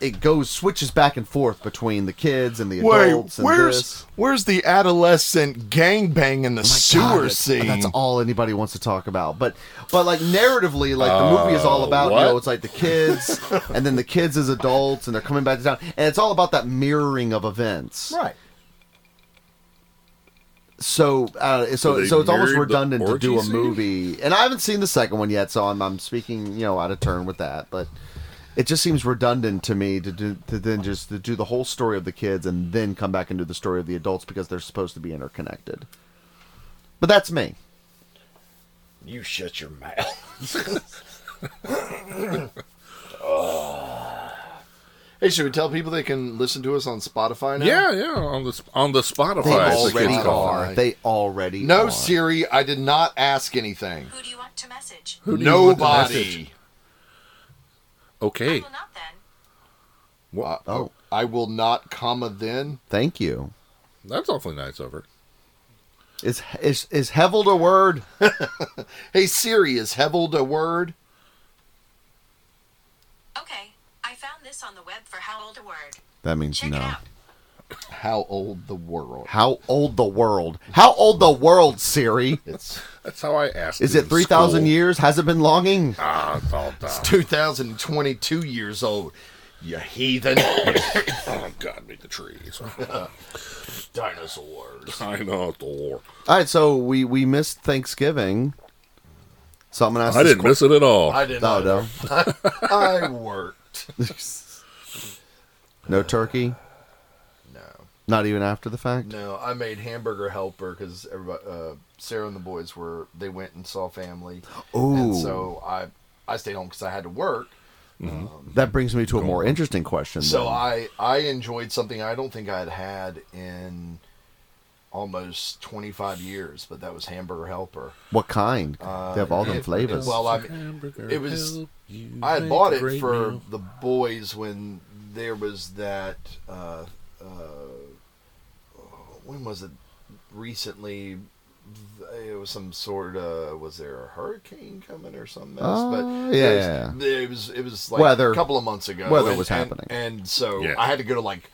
S3: it goes switches back and forth between the kids and the adults. and this. Oh
S5: where's the adolescent gangbang in the
S3: God, Ah, that's- That's all anybody wants to talk about. But but like narratively, like the movie is all
S4: Uh,
S3: about you
S4: what?
S3: know it's like the kids and then the kids as adults and they're coming back to town and it's all about that mirroring of events.
S5: right.
S3: So uh,
S4: So
S3: so
S4: they
S3: so it's almost
S4: mirrored the
S3: redundant to do
S4: orgy
S3: a
S4: scene?
S3: movie. And I haven't seen the second one yet, so I'm I'm speaking you know out of turn with that, but. it just seems redundant to me to do to then just to do the whole story of the kids and then come back and do the story of the adults because they're supposed to be interconnected. But that's me.
S5: You shut your mouth. Hey, should we tell people they can listen to us on Spotify now?
S4: Yeah, yeah, on the on the Spotify.
S3: They
S4: as the
S3: already
S4: kids call it.
S5: it.
S3: are. They already
S5: No,
S3: are.
S5: Siri, I did not ask anything.
S8: Who do you want to message?
S4: Who do you want the message?
S5: Nobody.
S8: I
S4: Okay.
S8: will not then.
S5: What?
S3: Oh.
S5: I will not, comma, then.
S3: Thank you.
S4: That's awfully nice of her.
S3: Is is is hevelled a word?
S5: Hey, Siri, is hevelled a word?
S8: Okay, I found this on the web for how old a word.
S3: That means
S8: Check it
S3: no.
S8: out.
S5: How old the world?
S3: How old the world? How old the world, Siri?
S5: It's
S4: That's how I asked.
S3: Is
S4: in
S3: it three thousand
S4: school.
S3: years? Has it been longing?
S4: Ah, it's all done.
S5: 2022 years old. You heathen.
S4: Oh, God, make the trees.
S5: Dinosaurs.
S4: I know the war.
S3: All right, so we we missed Thanksgiving, so I'm gonna ask.
S4: I
S3: this
S4: didn't miss it at all.
S5: I didn't.
S3: Oh
S5: know.
S3: no,
S5: I worked.
S3: no turkey.
S5: No.
S3: Not even after the fact.
S5: No, I made hamburger helper because everybody, uh, Sarah and the boys were they went and saw family, and
S3: Ooh.
S5: so I I stayed home because I had to work.
S3: That brings me to a more interesting question.
S5: So
S3: then.
S5: I I enjoyed something I don't think I'd had in almost 25 years, but that was hamburger helper.
S3: what kind? they have all them
S5: it-
S3: flavors.
S5: Uh, well, I mean,
S4: Hamburger
S5: it was-
S4: help you
S5: I had
S4: make
S5: bought
S4: a
S5: it
S4: great
S5: for
S4: meal.
S5: the boys when there was that. Uh, uh, when was it? Recently, it was some sort of. Was there a hurricane coming or something? else?
S3: Oh,
S5: but
S3: yeah.
S5: it was, it was. It was like
S3: Weather.
S5: a couple of months ago.
S3: Weather
S5: and-
S3: was
S5: and-
S3: happening.
S5: and so
S4: Yeah.
S5: I had to go to like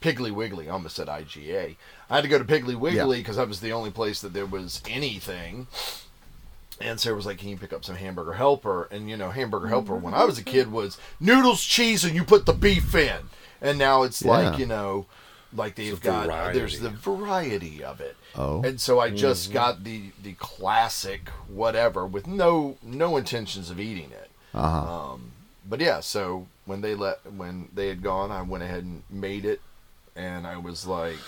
S5: Piggly Wiggly. I almost said IGA. I had to go to Piggly Wiggly because that was the only place that there was anything. And Sarah was like, "Can you pick up some hamburger helper?" And you know, hamburger helper when I was a kid was noodles, cheese, and you put the beef in. And now it's
S3: Yeah.
S5: like you know, like they've got uh, there's the variety of it.
S3: Oh.
S5: And so I just got the the classic whatever with no no intentions of eating it.
S3: uh-huh.
S5: um, But yeah, so when they let when they had gone, I went ahead and made it, and I was like,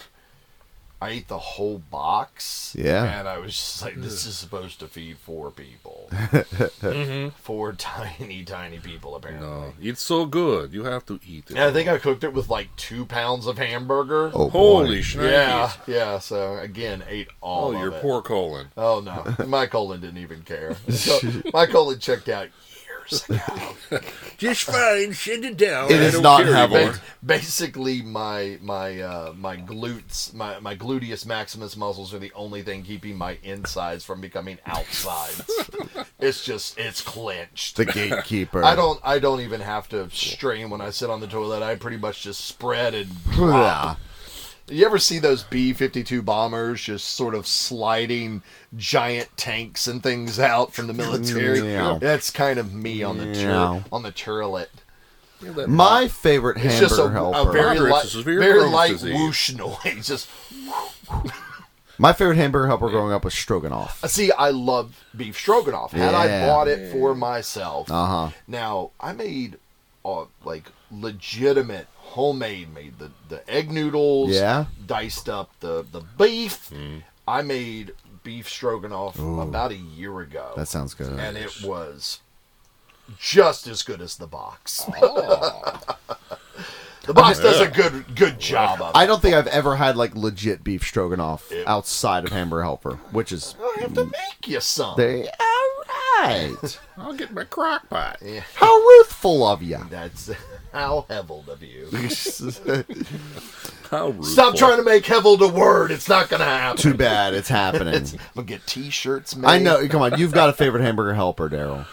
S5: I ate the whole box.
S3: Yeah.
S5: and I was just like, this is supposed to feed four people,
S4: Mm-hmm.
S5: four tiny tiny people apparently.
S4: No, it's so good. You have to eat it.
S5: And I think I cooked it with like two pounds of hamburger.
S3: oh
S4: Holy
S3: boy.
S4: shnikes.
S5: yeah, yeah. So again, ate all.
S4: Oh,
S5: of
S4: your
S5: it.
S4: poor colon.
S5: Oh no, my colon didn't even care. So my colon checked out years ago.
S4: Just fine. Send it down.
S3: It
S4: I
S3: is
S4: don't
S3: not
S4: care
S3: happening.
S4: anymore.
S5: Ba- basically my my uh, my glutes my, my gluteus maximus muscles are the only thing keeping my insides from becoming outsides it's just it's clenched
S3: The gatekeeper.
S5: i don't i don't even have to strain when i sit on the toilet i pretty much just spread and
S3: Yeah.
S5: you ever see those b-52 bombers just sort of sliding giant tanks and things out from the military
S3: Yeah.
S5: that's kind of me on the
S3: Yeah.
S5: tur- on the turlet
S4: Yeah, that-
S3: My favorite
S5: it's
S3: hamburger
S5: just a, a
S3: helper.
S5: very
S4: Roderick's
S5: light,
S4: is severe
S5: very
S4: Crohn's
S5: light
S4: disease.
S5: whoosh noise. Just
S3: My favorite hamburger helper growing up was stroganoff.
S5: see, I love beef stroganoff. Had I
S3: Yeah.
S5: bought it for myself,
S3: Uh huh.
S5: now I made uh, like legitimate homemade. Made the the egg noodles.
S3: Yeah.
S5: diced up the the beef.
S4: Hmm.
S5: I made beef stroganoff about a year ago,
S3: That sounds good.
S5: and it was just as good as the box.
S3: Oh.
S5: the box does a good good job of it.
S3: I don't think I've ever had like legit beef stroganoff outside of hamburger helper, which is
S5: I have to make you some.
S3: they all right.
S4: I'll get my crock pot.
S5: Yeah,
S3: How ruthful of you!
S5: that's how heveled of you.
S4: How rude.
S5: Stop trying to make heveled a word. It's not gonna happen.
S3: Too bad it's happening.
S5: I'm gonna get T-shirts made.
S3: I know. Come on, you've got a favorite hamburger helper, Daryl.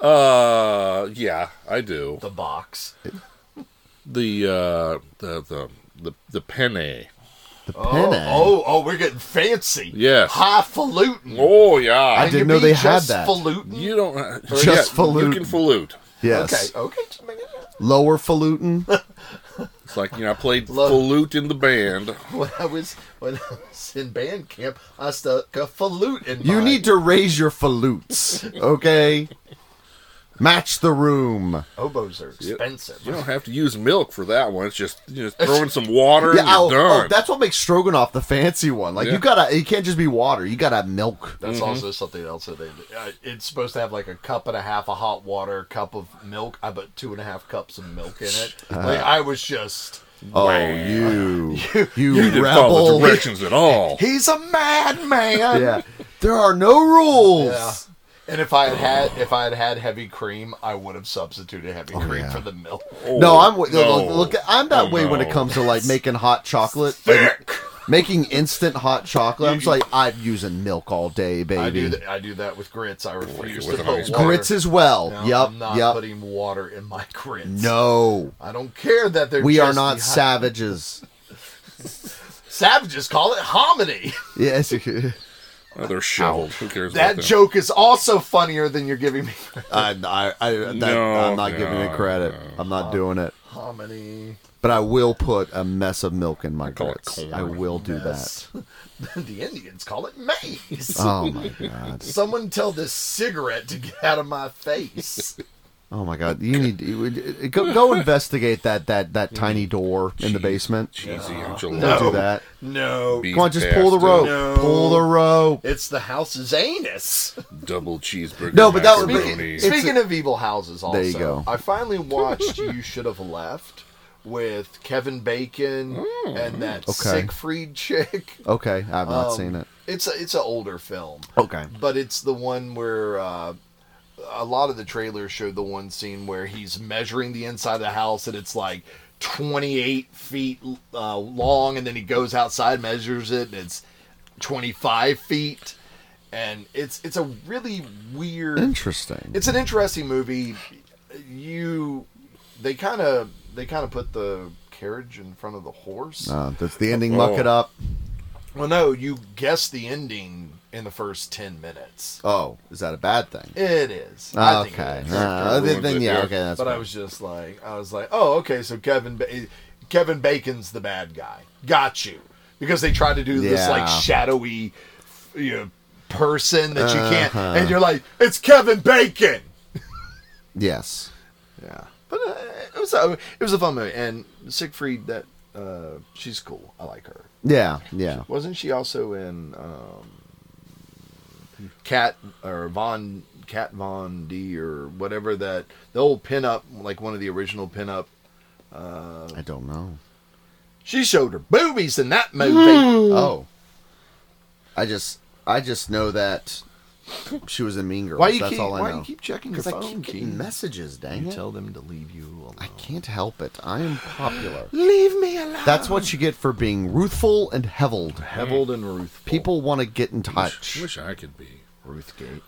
S4: Uh, yeah, I do.
S5: the box.
S4: The uh, the the the, the penne.
S3: The penne.
S5: Oh, oh, oh, we're getting fancy.
S4: Yes.
S5: highfalutin.
S4: Oh yeah.
S3: I
S5: Can you
S3: didn't know
S5: be
S3: they had
S5: just
S3: that.
S5: Falutin.
S4: You don't uh,
S3: Just
S4: You
S3: falutin'.
S4: can falut.
S3: Yes.
S5: Okay, okay. just make it-
S3: Lower falutin.
S4: It's like you know I played
S5: Love-
S4: falut in the band.
S5: When I was when I was in band camp, I stuck a falut in.
S3: You
S5: mine.
S3: need to raise your falutes, okay? Match the room.
S5: Oboes are expensive.
S4: You don't have to use milk for that one. It's just you just throw in some water and you're
S3: oh,
S4: done.
S3: oh, that's what makes stroganoff the fancy one. Like
S4: Yeah.
S3: you gotta, you can't just be water. You gotta have milk.
S5: That's also something else that they. Uh, it's supposed to have like a cup and a half of hot water, cup of milk. I put two and a half cups of milk in it.
S3: Uh,
S5: like I was just.
S3: Oh, you, you,
S4: you didn't follow
S3: rebel.
S4: directions at all.
S5: He's a madman.
S3: yeah, there are no rules.
S5: Yeah. And if I had had if I had had heavy cream, I would have substituted heavy cream
S3: Oh, yeah.
S5: for the milk.
S3: No, I'm
S4: Oh,
S3: look, look. I'm that
S4: Oh,
S3: way when
S4: no.
S3: it comes to like making hot chocolate, like, making instant hot chocolate. I'm just like I'm using milk all day,
S5: I do
S3: baby.
S5: th- I do that with grits. I refuse
S4: with
S5: to
S4: an
S5: put
S4: ice
S5: water.
S3: Grits as well.
S5: No,
S3: yep,
S5: I'm not
S3: yep.
S5: putting water in my grits.
S3: no,
S5: I don't care that they're.
S3: we are
S5: just
S3: not
S5: dehy-
S3: savages.
S5: Savages call it hominy.
S3: Yes.
S4: Oh, they're shoveled. Who cares
S5: That
S4: about that?
S5: joke is also funnier than you're giving me.
S3: I, I, I, that,
S4: No,
S3: I'm not giving it
S4: no,
S3: credit. I'm not doing it.
S5: Hominy.
S3: But I will put a mess of milk in my
S4: call it
S3: grits.
S4: corn.
S3: I will do that.
S5: the Indians call it maize.
S3: Oh my god.
S5: Someone tell this cigarette to get out of my face.
S3: Oh my god. You need you would- uh, go go investigate that that
S4: Mm.
S3: that tiny door in the basement.
S4: cheesy
S3: Don't
S4: enchilada.
S3: do that.
S5: No,
S4: Beef
S3: Come on, just pull the
S4: pasta,
S3: rope.
S5: No.
S3: Pull the rope.
S5: it's the house's anus.
S4: Double cheeseburger.
S3: No, but that would be-
S4: macaroni.
S3: It's
S5: Speaking of evil houses, also,
S3: There you go.
S5: I finally watched You Should Have Left with Kevin Bacon and that
S3: Mm. Okay.
S5: Siegfried chick.
S3: Okay, I've not
S5: Um,
S3: seen it.
S5: It's a, it's an older film.
S3: Okay.
S5: but it's the one where uh, a lot of the trailers showed the one scene where he's measuring the inside of the house and it's like 28 feet uh, long and then he goes outside measures it and it's 25 feet and it's it's a really weird
S3: Interesting.
S5: it's an interesting movie you they kind of they kind of put the carriage in front of the horse
S3: Uh, does the ending muck
S4: Oh.
S3: it up?
S5: well no you guess the ending in the first 10 minutes
S3: Oh, is that a bad thing?
S5: it is I think it
S3: Okay.
S5: is.
S3: Uh, then,
S4: ruins
S3: then
S4: it,
S3: yeah,
S4: yeah.
S3: okay, that's
S5: but I
S3: fine.
S5: was just like, I was like, oh, okay, so Kevin, ba- Kevin Bacon's the bad guy. Got you, because they try to do this like
S3: Yeah.
S5: shadowy, you know, person that you can't,
S3: Uh-huh.
S5: and you're like, it's Kevin Bacon.
S3: Yes.
S5: Yeah, but uh, it was a, it was a fun movie, and Siegfried, that uh, she's cool. I like her.
S3: Yeah, yeah.
S5: Wasn't she also in um, Cat or Von Cat Von D or whatever that the old pinup, like one of the original pinup
S3: I don't know.
S5: She showed her boobies in that movie.
S3: Oh. I just I just know that she was in Mean Girls.
S5: Why you
S3: That's
S5: keep
S3: all I
S5: Why
S3: know.
S5: you keep checking your
S3: Because I
S5: phone?
S3: keep
S5: Keith?
S3: getting messages, dang
S5: You
S3: it.
S5: tell them to leave you alone.
S3: I can't help it. I am popular.
S5: Leave me alone.
S3: That's what you get for being ruthful and heveled.
S5: Heveled and Ruth.
S3: People want to get in touch.
S4: Wish I could be.
S5: Ruthgate.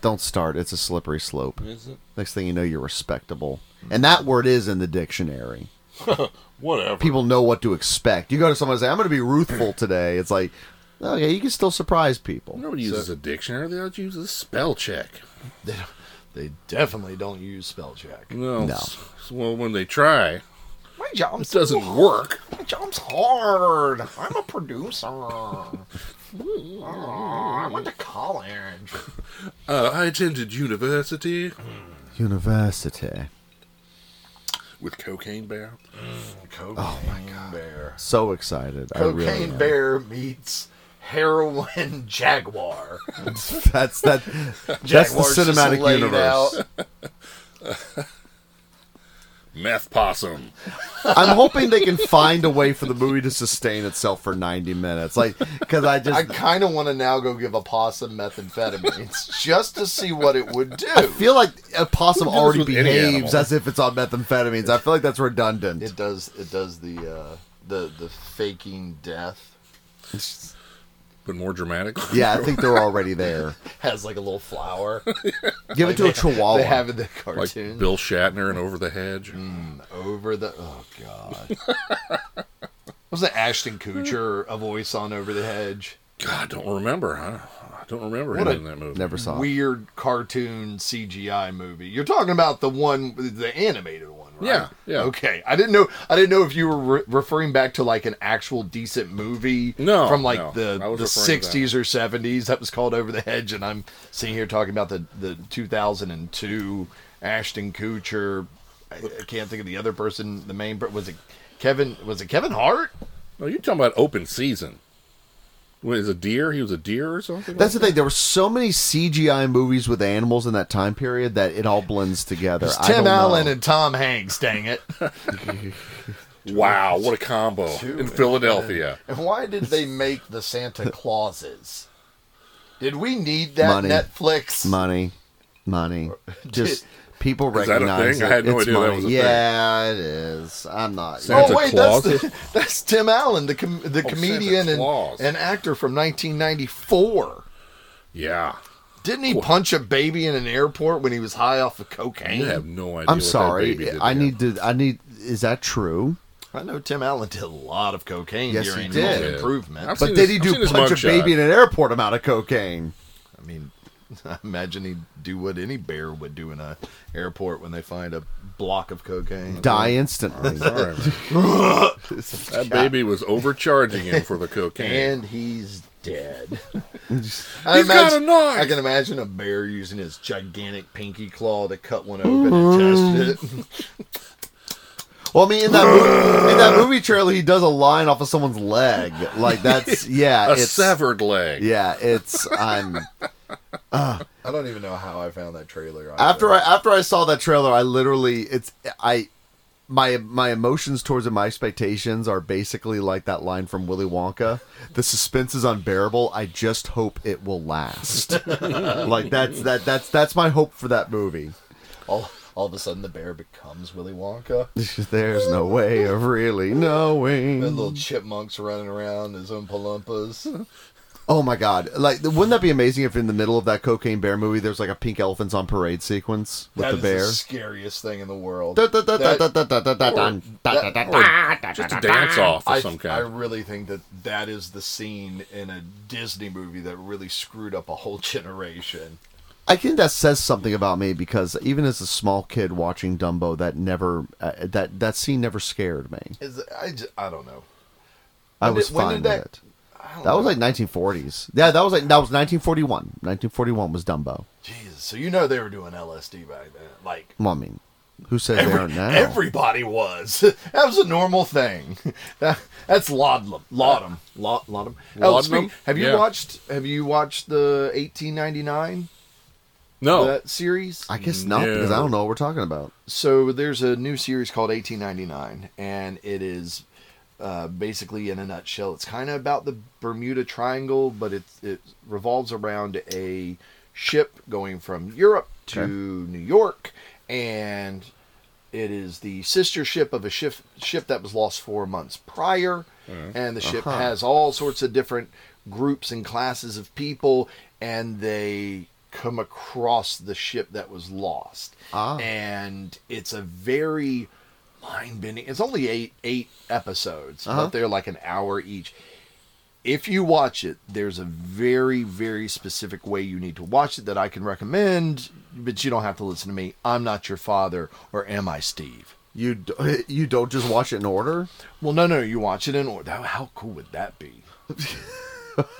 S3: Don't start. It's a slippery slope. Next thing you know, you're respectable. And that word is in the dictionary.
S4: Whatever.
S3: People know what to expect. You go to someone and say, I'm going to be ruthful today. It's like, okay, you can still surprise people.
S4: Nobody uses a dictionary. They all use a spell check.
S5: they, don't- they definitely don't use spell check.
S4: No.
S3: No.
S4: s- Well, when they try,
S5: My job's
S4: it doesn't work.
S5: My job's hard. I'm a producer. Oh, I went to college.
S4: Uh, I attended university
S3: University.
S4: with cocaine bear.
S5: Cocaine oh my god. Bear.
S3: So excited. I really
S5: Cocaine
S3: am.
S5: Bear meets heroin jaguar.
S3: That's that. that's the
S5: Jaguar's just
S3: cinematic
S5: laid
S3: universe.
S5: out.
S4: Meth possum.
S3: I'm hoping they can find a way for the movie to sustain itself for 90 minutes. Like, because I just
S5: I kind of want to now go give a possum methamphetamines just to see what it would do.
S3: feel like a possum
S4: Who does
S3: already
S4: with any
S3: behaves
S4: animal?
S3: as if it's on methamphetamines. I feel like that's redundant.
S5: it does. It does the uh, the the faking death
S4: But more dramatic.
S3: yeah, I think they're already there.
S5: has like a little flower.
S3: Give it to a
S5: they
S3: chihuahua.
S5: have in the
S4: Like
S5: cartoon
S4: Bill Shatner and Over the Hedge.
S3: Mm.
S5: over the. Oh god. Wasn't Ashton Kutcher a voice on Over the Hedge?
S4: God, don't remember, huh? I don't remember him
S5: What a-
S4: in that movie.
S3: Never saw. it.
S5: Weird cartoon CGI movie. You're talking about the one, the animated one, right?
S4: Yeah, yeah.
S5: Okay, I didn't know. I didn't know if you were re- referring back to like an actual decent movie.
S4: No,
S5: from like
S4: no,
S5: the
S4: I was referring to
S5: the
S4: that.
S5: sixties or seventies that was called Over the Hedge, and I'm sitting here talking about the the two thousand and two Ashton Kutcher. I, I can't think of the other person. The main per- was it Kevin? Was it Kevin Hart?
S4: No, you're talking about open season. What is a deer? He was a deer or something?
S3: That's the thing. There were so many CGI movies with animals in that time period that it all blends together.
S5: It's
S3: I
S5: Tim
S3: don't
S5: Allen
S3: know.
S5: and Tom Hanks. Dang it!
S4: wow, what a combo in Philadelphia.
S5: And why did they make the Santa Clauses? Did we need that
S3: Money.
S5: Netflix?
S3: money, money. Just people
S4: Is that a
S3: recognize
S4: thing?
S3: it.
S4: I had no
S3: It's
S4: idea that
S3: money.
S4: was a thing.
S3: yeah, it is. I'm not.
S4: Santa
S5: oh wait, that's,
S4: Claus?
S5: that's Tim Allen, the com- the
S4: Oh,
S5: comedian
S4: Santa
S5: and,
S4: Claus.
S5: and actor from 1994.
S4: Yeah.
S5: Didn't he punch a baby in an airport when he was high off of cocaine?
S4: You have no idea.
S3: I'm
S4: what that baby
S3: sorry.
S4: did
S3: I
S4: to
S3: need to. I need. Is that true?
S5: I know Tim Allen did a lot of cocaine
S3: Yes, he
S5: during
S3: did.
S5: Home
S4: Yeah.
S5: Improvement.
S4: I've
S3: But
S4: seen
S3: did
S4: his-
S3: he
S4: I've
S3: do
S4: seen his
S3: punch a
S4: mugshot.
S3: baby in an airport amount of cocaine?
S5: I mean, I imagine he'd do what any bear would do in a airport when they find a block of cocaine.
S3: Die instantly.
S4: him. All right, man. that baby was overcharging him for the cocaine.
S5: and he's dead.
S4: He's got a knife!
S5: I can imagine a bear using his gigantic pinky claw to cut one open and test it.
S3: Well, I mean, in that movie, in that movie trailer, he does a line off of someone's leg. Like that's yeah,
S4: a
S3: it's
S4: severed leg.
S3: yeah, it's I'm.
S5: I don't even know how I found that trailer.
S3: after I after I saw that trailer, I literally it's I my my emotions towards it, my expectations are basically like that line from Willy Wonka. The suspense is unbearable. I just hope it will last. like that's that that's that's my hope for that movie.
S5: all, all of a sudden the bear becomes Willy Wonka.
S3: There's no way of really
S5: And
S3: knowing.
S5: little chipmunks running around his umpalumpas.
S3: Oh my god! Like, wouldn't that be amazing if in the middle of that cocaine bear movie, there's like a pink elephants on parade sequence with
S5: That
S3: the
S5: is
S3: bear?
S5: the scariest thing in the world.
S3: Da- da- da- da-
S5: That-
S3: da- da- da- da- da- da- da- da-
S4: Just a dance off of
S5: I,
S4: some
S5: I
S4: kind.
S5: really think that that is the scene in a Disney movie that really screwed up a whole generation.
S3: I think that says something about me because even as a small kid watching Dumbo, that never uh, that that scene never scared me.
S5: Is I, ju- I don't know.
S3: I
S5: When
S3: was
S5: did- when
S3: fine
S5: did
S3: with
S5: that-
S3: it.
S5: I don't
S3: That was
S5: know.
S3: like 1940s. Yeah, that was like that was 1941. 1941 was Dumbo.
S5: Jesus. So you know they were doing LSD back then. Like
S3: Well, I mean, who says they aren't
S5: every,
S3: now?
S5: everybody was. that was a normal thing. That, that's laudanum. Laudanum. Laud, laudanum. Oh,
S4: Laudanum?
S5: speak- have you
S4: Yeah.
S5: watched? Have you watched the 1899
S4: No.
S5: that series?
S3: I guess not because I
S4: No.
S3: don't know what we're talking about.
S5: so there's a new series called 1899 and it is uh, basically in a nutshell it's kind of about the bermuda triangle but it, it revolves around a ship going from europe to new york and it is the sister ship of a ship ship that was lost four months prior and the ship has all sorts of different groups and classes of people and they come across the ship that was lost
S3: Ah.
S5: and it's a very mind bending. It's only eight eight episodes, but they're like an hour each. If you watch it, there's a very very specific way you need to watch it that I can recommend, but you don't have to listen to me. I'm not your father, or am I, Steve?
S3: You do, you don't just watch it in order.
S5: Well, no, no, you watch it in order. How, how cool would that be?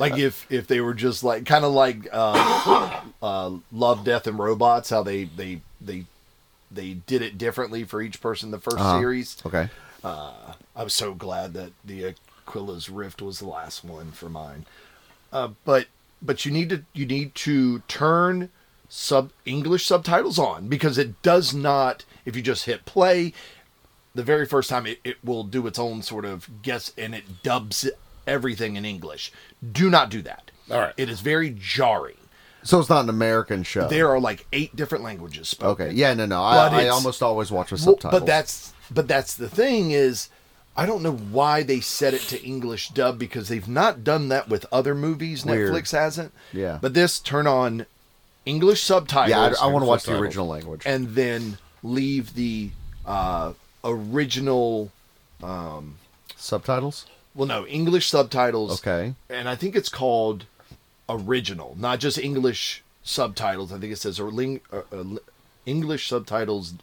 S5: like if if they were just like kind of like uh, uh, Love, Death, and Robots, how they they they they did it differently for each person in the 1st series.
S3: Okay.
S5: I'm so glad that the Aquila's Rift was the last one for mine. Uh, but but you need to you need to turn sub English subtitles on because it does not. If you just hit play, the very first time it, it will do its own sort of guess and it dubs everything in English. Do not do that.
S4: All right.
S5: It is very jarring.
S3: So it's not an American show.
S5: There are like eight different languages spoken.
S3: okay. Yeah. No. No.
S5: But
S3: I, I
S5: it's-
S3: almost always watch with
S5: Well,
S3: subtitles.
S5: but that's but that's the thing is, I don't know why they set it to English dub because they've not done that with other movies.
S3: Weird.
S5: Netflix hasn't.
S3: Yeah.
S5: But this turn on English subtitles.
S3: yeah. I, I want to watch the
S4: subtitles.
S3: original language.
S5: and then leave the uh, original.
S3: subtitles.
S5: Well, no English subtitles.
S3: Okay.
S5: And I think it's called original, not just English uh, subtitles. I think it says or ling- uh, uh, li- English subtitles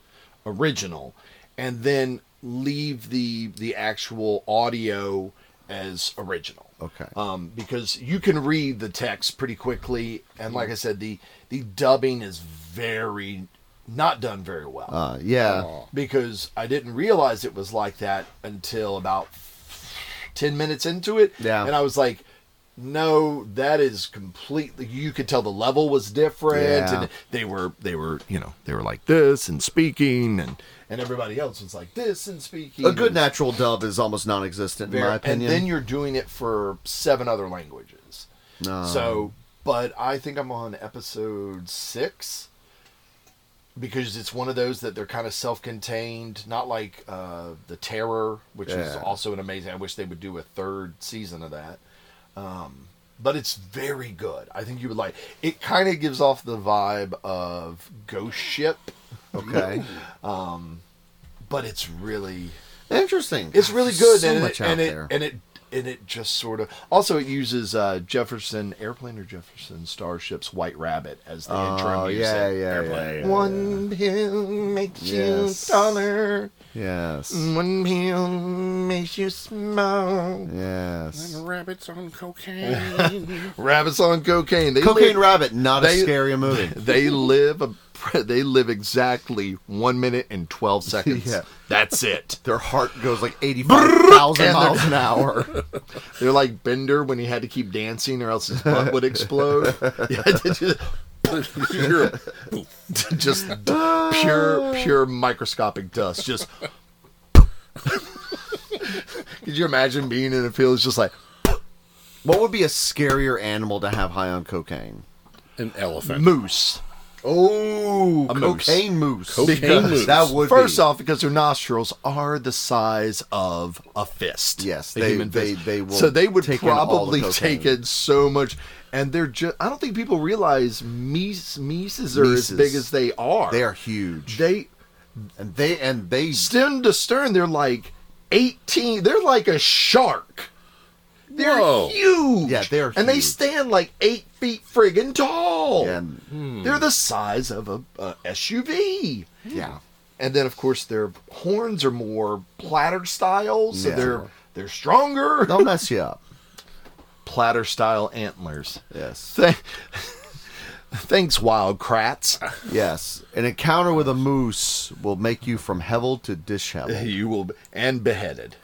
S5: original, and then leave the the actual audio as original.
S3: Okay.
S5: Um, because you can read the text pretty quickly, and like I said, the the dubbing is very not done very well
S3: Uh, yeah.
S5: because I didn't realize it was like that until about 10 minutes into it.
S3: Yeah.
S5: And I was like, no, that is completely you could tell the level was different
S3: Yeah.
S5: and they were they were, you know, they were like this and speaking and and everybody else was like this and speaking.
S3: A good
S5: and
S3: natural dub is almost non-existent in
S5: very-
S3: my opinion.
S5: And then you're doing it for seven other languages.
S3: No.
S5: So, but I think I'm on episode six because it's one of those that they're kind of self-contained, not like uh, the Terror, which is
S3: Yeah.
S5: also an amazing. I wish they would do a third season of that. Um, but it's very good. I think you would like. It kind of gives off the vibe of Ghost Ship,
S3: okay.
S5: but it's really
S3: Interesting.
S5: it's really
S3: There's
S5: good
S3: So
S5: and,
S3: much
S5: it,
S3: out
S5: and,
S3: there.
S5: it, and it and it just sort of also it uses uh, Jefferson Airplane or Jefferson Starship's White Rabbit as the intro
S3: Oh,
S5: music.
S3: yeah, yeah, yeah, yeah,
S5: One pill makes
S3: Yes.
S5: you taller.
S3: yes.
S5: One pill makes you small.
S3: Yes.
S4: And rabbits on cocaine.
S5: Rabbits on cocaine. They
S3: Cocaine
S5: live,
S3: Rabbit, not
S5: they-
S3: a scary movie.
S5: They live. A, they live exactly one minute and twelve seconds.
S3: Yeah.
S5: That's it.
S3: Their heart goes like eighty-five thousand miles an hour.
S5: They're like Bender when he had to keep dancing or else his butt would explode. Yeah, just-
S4: You're a-
S5: just d- pure, pure microscopic dust. Just could you imagine being in a field? It's just like
S3: What would be a scarier animal to have high on cocaine?
S4: an elephant.
S5: moose.
S3: Oh,
S5: A moose.
S3: cocaine moose.
S4: Cocaine
S3: Because
S4: moose.
S3: That would
S5: First
S3: be.
S5: off, because their nostrils are the size of a fist.
S3: Yes,
S5: A
S3: they-
S5: human fist.
S3: they- they will
S5: so they would
S3: take in all the
S5: probably
S3: cocaine.
S5: take in so much, and they're just. I don't think people realize meese, meeses are as
S3: Mises.
S5: big as they are.
S3: They are huge.
S5: They
S3: and they and they
S5: stem to stern, they're like 18. They're like a shark. They're
S4: Whoa.
S5: huge.
S3: Yeah, they're
S5: And they
S3: huge.
S5: stand like eight feet friggin' tall.
S3: and
S5: They're the size of a, a SUV.
S3: yeah.
S5: And then, of course, their horns are more platter style, so
S3: Yeah.
S5: they're they're stronger.
S3: They'll mess you up.
S5: Platter style antlers.
S3: Yes.
S5: Th- Thanks, wild crats.
S3: Yes. An encounter with a moose will make you from hevel to dishevel.
S5: You will be, and beheaded.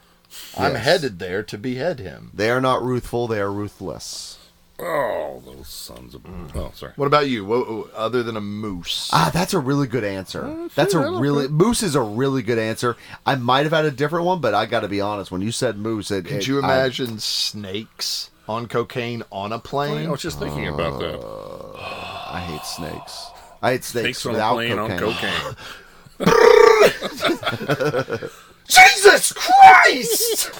S5: I'm
S3: Yes.
S5: headed there to behead him.
S3: They are not ruthful, they are ruthless.
S4: Oh, those sons of.
S3: Mm.
S4: Oh, sorry.
S5: What about you? What, what- other than a moose?
S3: Ah, that's a really good answer. that's a really moose is a really good answer. I might have had a different one, but I got to be honest. When you said moose, it,
S5: Could
S3: it-
S5: you
S3: I-
S5: imagine snakes on cocaine on a
S4: I
S5: plane?
S4: was just thinking about that.
S3: I, hate snakes. I hate snakes,
S4: Takes on a
S3: without
S4: plane
S3: cocaine.
S4: on cocaine.
S5: Jesus Christ!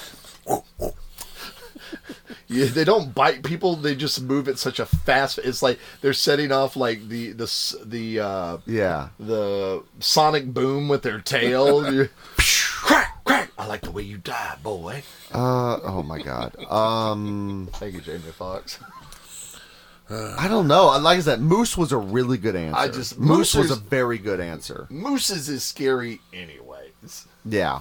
S5: yeah, they don't bite people. They just move at such a fast. It's like they're setting off like the the s- the uh,
S3: Yeah.
S5: the sonic boom with their tail. You- crack crack. I like the way you die, boy.
S3: Uh, oh my god. Um,
S5: Thank you, Jamie Fox.
S3: I don't know. I Like I said, moose was a really good answer.
S5: I just-
S3: moose was
S5: moose
S3: a
S5: is-
S3: very good answer.
S5: Mooses is scary, anyways.
S3: Yeah.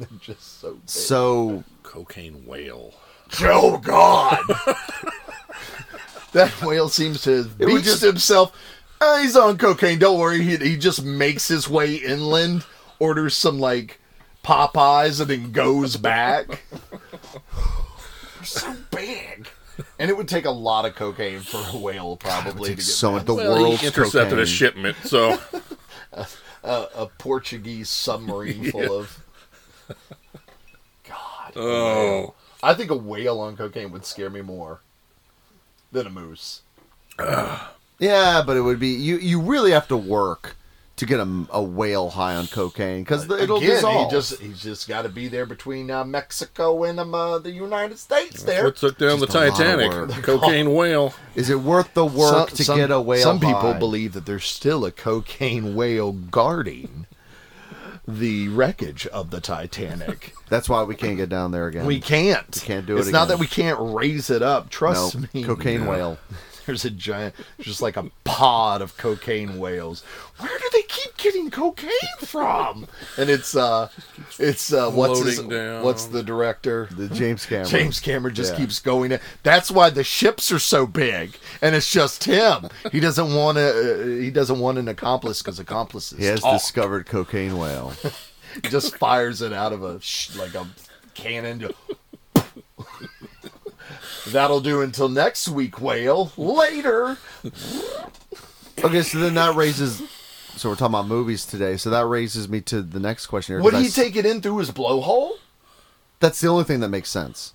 S5: They're just so big.
S3: So
S4: Cocaine whale.
S5: Oh God! that whale seems to have
S3: was
S5: beached
S3: just-
S5: himself. "Ah, he's on cocaine. Don't worry. He, he just makes his way inland, orders some like Popeyes, and then goes back. They're so big, and it would take a lot of cocaine for a whale probably to get
S3: so
S5: so
S3: at the
S4: Well,
S3: world's
S4: he
S3: cocaine.
S4: intercepted a shipment, so
S5: a Portuguese submarine full of. God,
S4: oh,
S5: I think a whale on cocaine would scare me more than a moose.
S3: Yeah, but it would be you. You really have to work to get a, a whale high on cocaine because it'll
S5: Again,
S3: dissolve.
S5: he just he's just got to be there between uh, Mexico and um, uh, the United States. There,
S4: what took down the
S3: Just a lot of
S4: Titanic?
S3: work.
S4: Cocaine whale.
S3: Is it worth the work to get a whale?
S5: Some people
S3: high?
S5: believe that there's still a cocaine whale guarding the wreckage of the Titanic.
S3: that's why we can't get down there again.
S5: We can't.
S3: We can't do it
S5: It's not
S3: again.
S5: that we can't raise it up.
S3: No,
S5: Trust me.
S3: cocaine
S5: No.
S3: whale.
S5: There's a giant, just like a pod of cocaine whales. Where do they keep getting cocaine from? And it's uh, it's uh, what's his,
S4: Floating down.
S5: what's the director?
S3: The James Cameron.
S5: James Cameron just
S3: Yeah.
S5: keeps going. in. That's why the ships are so big, and it's just him. He doesn't want to. Uh, he doesn't want an accomplice because accomplices.
S3: He has
S5: talk.
S3: discovered cocaine whale.
S5: just fires it out of a sh- like a cannon. Just- That'll do until next week, whale. Later.
S3: okay, so then that raises. So we're talking about movies today. So that raises me to the next question. here,
S5: Would
S3: 'cause I
S5: he
S3: s-
S5: take it in through his blowhole?
S3: That's the only thing that makes sense.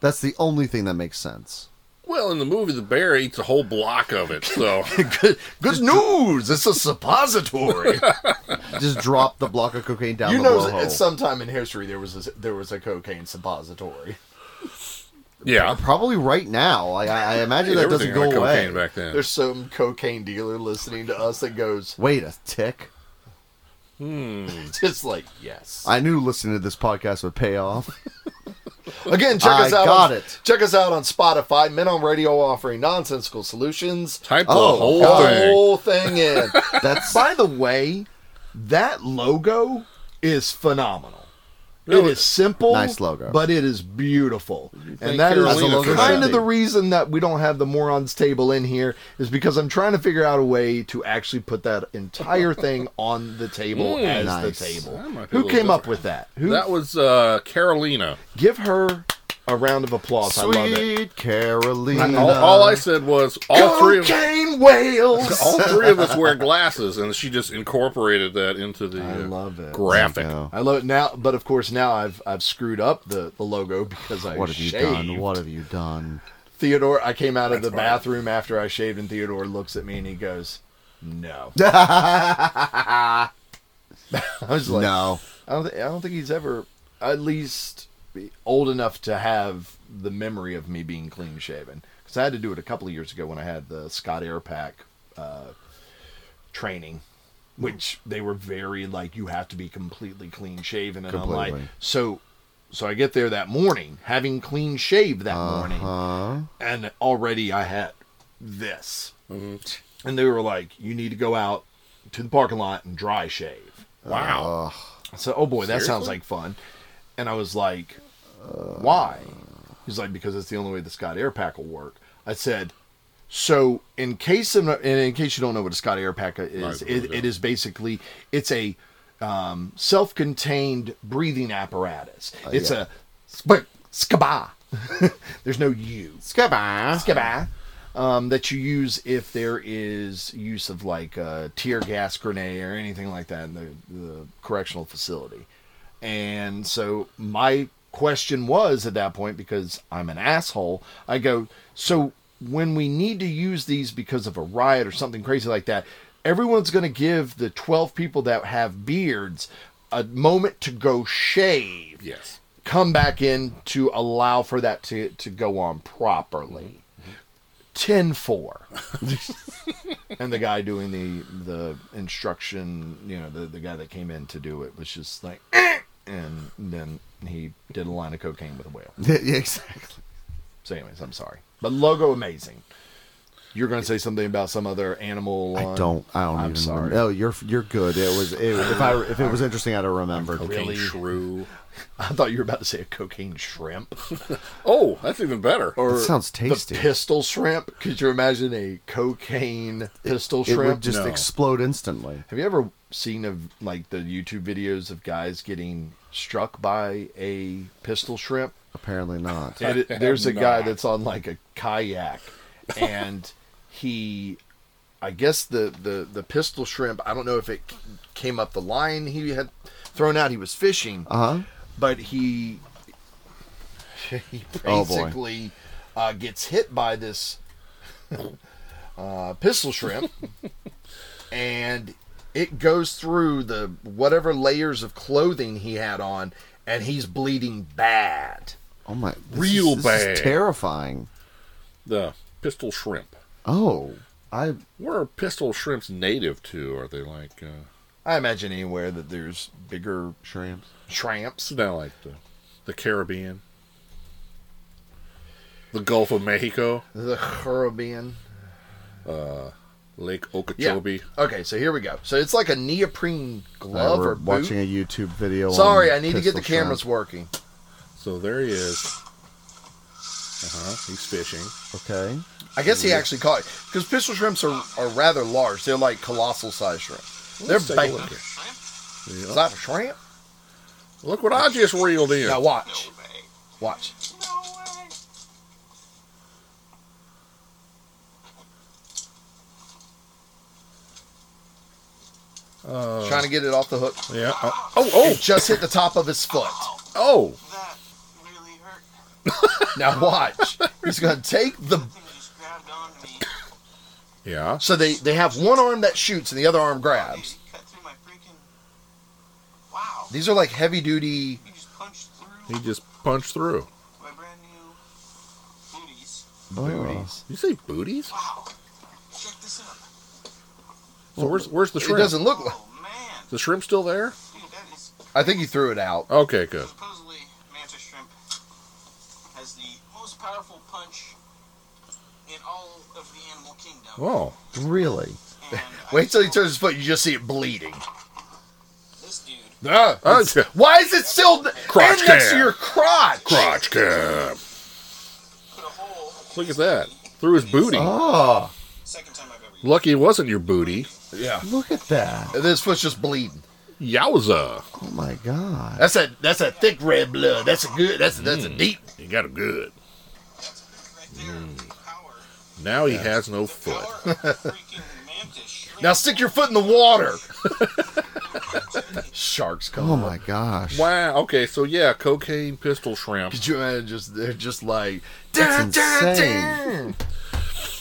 S3: That's the only thing that makes sense.
S4: Well, in the movie, the bear eats a whole block of it. So
S5: Good, good news. It's a suppository.
S3: Just drop the block of cocaine down
S5: you
S3: the
S5: know,
S3: blowhole.
S5: at some time in history there was a, there was a cocaine suppository.
S4: yeah,
S3: Uh, Probably right now. I, I I imagine that doesn't
S4: everything
S3: go
S4: had
S3: away.
S4: cocaine back then.
S5: There's some cocaine dealer listening to us that goes
S3: Wait a tick.
S5: just like yes.
S3: I knew listening to this podcast would pay off.
S5: Again, check us
S3: I
S5: out.
S3: got
S5: on,
S3: it.
S5: Check us out on Spotify. Men on Radio offering nonsensical solutions.
S4: Type the
S3: Oh,
S4: whole
S5: the
S4: thing.
S5: whole thing in.
S3: That's
S5: By the way, that logo is phenomenal.
S4: No,
S5: it is
S4: it-
S5: simple,
S3: Nice logo.
S5: but it is beautiful,
S4: think
S5: and that is
S4: Carolina
S3: could
S5: kind
S3: be.
S5: of the reason that we don't have the morons table in here is because I'm trying to figure out a way to actually put that entire thing on the table as
S3: nice.
S5: the table.
S4: Hmm, That might be a
S5: Who came
S4: little
S5: up
S4: different.
S5: with that? Who?
S4: That was uh, Carolina.
S5: Give her a round of applause. I love it.
S3: sweet Carolina.
S4: All, all I said was all three of
S5: Cocaine whales.
S4: all three of us wear glasses, and she just incorporated that into the
S5: I
S4: uh,
S5: love it.
S4: graphic.
S3: No.
S5: I love it now, but of course now I've I've screwed up the, the logo because I
S3: What have you
S5: shaved.
S3: done? What have you done?
S5: Theodore, I came out of the bathroom after I shaved, and Theodore looks at me and he goes, "No." I was like,
S3: no.
S5: I don't, thi- I don't think he's ever, at least, be old enough to have the memory of me being clean shaven. Because I had to do it a couple of years ago when I had the Scott Air Pack uh, training, which they were very like you have to be completely clean shaven, and I'm like,
S3: Completely.
S5: so, so I get there that morning having clean shaved that morning,
S3: Huh?
S5: and already I had this, and they were like, you need to go out to the parking lot and dry shave.
S4: Wow.
S5: So, oh boy, that sounds like fun. And I was like, why? He's like, because it's the only way the Scott Air Pack will work. I said, so in case of, and in case you don't know what a Scott Air Pack is,
S4: I really
S5: it, it is basically it's a um, self-contained breathing apparatus. it's a sp- skaba. There's no you
S3: Skibba.
S5: skaba um, that you use if there is use of like a tear gas grenade or anything like that in the, the correctional facility. And so my question was at that point because I'm an asshole. I go, so when we need to use these because of a riot or something crazy like that, everyone's going to give the 12 people that have beards a moment to go shave
S4: Yes.
S5: come back in to allow for that to, to go on properly. 10 4. and the guy doing the the instruction, you know, the, the guy that came in to do it was just like, "Eh," and then he did a line of cocaine with a whale.
S3: yeah, exactly.
S5: So, anyways, I'm sorry. But logo amazing. You're going to say something about some other animal.
S3: I
S5: line?
S3: don't. I don't
S5: I'm
S3: even.
S5: sorry.
S3: Remember. No, you're you're good. It was. It, if I if it was interesting, I'd have remembered.
S4: Cocaine
S5: Really?
S4: shrew.
S5: I thought you were about to say a cocaine shrimp.
S4: Oh, that's even better.
S5: Or
S3: That sounds tasty.
S5: The pistol shrimp. Could you imagine a cocaine pistol
S3: It
S5: shrimp?
S3: would just
S4: No.
S3: explode instantly.
S5: Have you ever seen of like the YouTube videos of guys getting struck by a pistol shrimp?
S3: Apparently not.
S5: And it- there's a guy that's on like a kayak, and he, I guess the the the pistol shrimp. I don't know if it c- came up the line he had thrown out. He was fishing,
S3: Uh huh.
S5: but he he
S3: Oh, boy.
S5: basically uh, gets hit by this uh, pistol shrimp, and it goes through the whatever layers of clothing he had on, and he's bleeding bad.
S3: Oh my. This is,
S4: Real
S3: this
S4: bad.
S3: Is terrifying.
S4: the pistol shrimp.
S3: Oh, I.
S4: Where are pistol shrimps native to? Are they like uh,
S5: I imagine anywhere that there's bigger
S3: Shrimps.
S5: shrimps.
S4: it's not like the the Caribbean, the Gulf of Mexico,
S5: The Caribbean.
S4: Lake
S5: Yeah.
S4: Okeechobee.
S5: Okay, so here we go. So it's like a neoprene
S3: Uh,
S5: glove
S3: we're
S5: or boot.
S3: watching a YouTube video.
S5: Sorry,
S3: on
S5: I need to get the
S3: pistol shrimp.
S5: cameras working.
S4: So there he is. Uh huh. He's fishing.
S3: Okay.
S5: I guess he actually caught it because pistol shrimps are, are rather large. They're like colossal size shrimp. They're
S4: Let's take a
S5: big.
S4: look.
S5: Is
S4: here.
S5: that a shrimp?
S4: Yep. Look what I just reeled in.
S5: Now watch, watch. Trying to get it off the hook.
S4: Yeah. Oh, oh, Uh. oh,
S5: It just hit the top of his foot.
S4: oh.
S9: That really hurt.
S5: Now watch. He's gonna take the
S9: I think he just grabbed on me.
S4: Yeah.
S5: so they they have one arm that shoots and the other arm grabs.
S9: He cut through my freaking. Wow.
S5: These are like heavy duty.
S9: He just punched through
S4: He just punched through.
S9: my brand new booties.
S3: Oh.
S4: You say booties?
S9: Wow. Check this out.
S4: So where's where's the
S5: It
S4: shrimp?
S5: doesn't look. like...
S9: Oh man,
S4: The shrimp still there?
S9: dude, that is
S5: I think he threw it out.
S4: Okay, good.
S9: supposedly manta shrimp has the most powerful punch in all of the animal kingdom.
S4: Oh,
S3: Really?
S9: And
S5: Wait till he turns his foot. You just see it bleeding.
S9: this dude.
S5: Ah,
S4: Oh,
S5: it's-
S4: yeah.
S5: why is it still
S4: Crotch
S5: and next to
S4: cam.
S5: your crotch?
S4: crotch cap.
S9: Put a hole.
S4: Look at that. Through his booty.
S3: Oh,
S9: Second time I've ever.
S4: Lucky it wasn't your booty.
S5: Yeah,
S3: look at that.
S5: and this foot's just bleeding.
S4: Yowza.
S3: Oh my god.
S5: That's a that's a thick red blood. That's a good. That's that's
S4: Mm.
S5: a deep.
S4: You got him good.
S9: That's right there. Power.
S4: Now he has no foot.
S9: Power of freaking mantis shrimp.
S5: Now stick your foot in the water. Sharks come.
S3: Oh
S5: up.
S3: my gosh.
S4: Wow. Okay. So yeah, cocaine pistol shrimp.
S5: Could you imagine? Just they're just like
S3: That's
S5: "Dun, dun,
S3: insane.
S5: dun."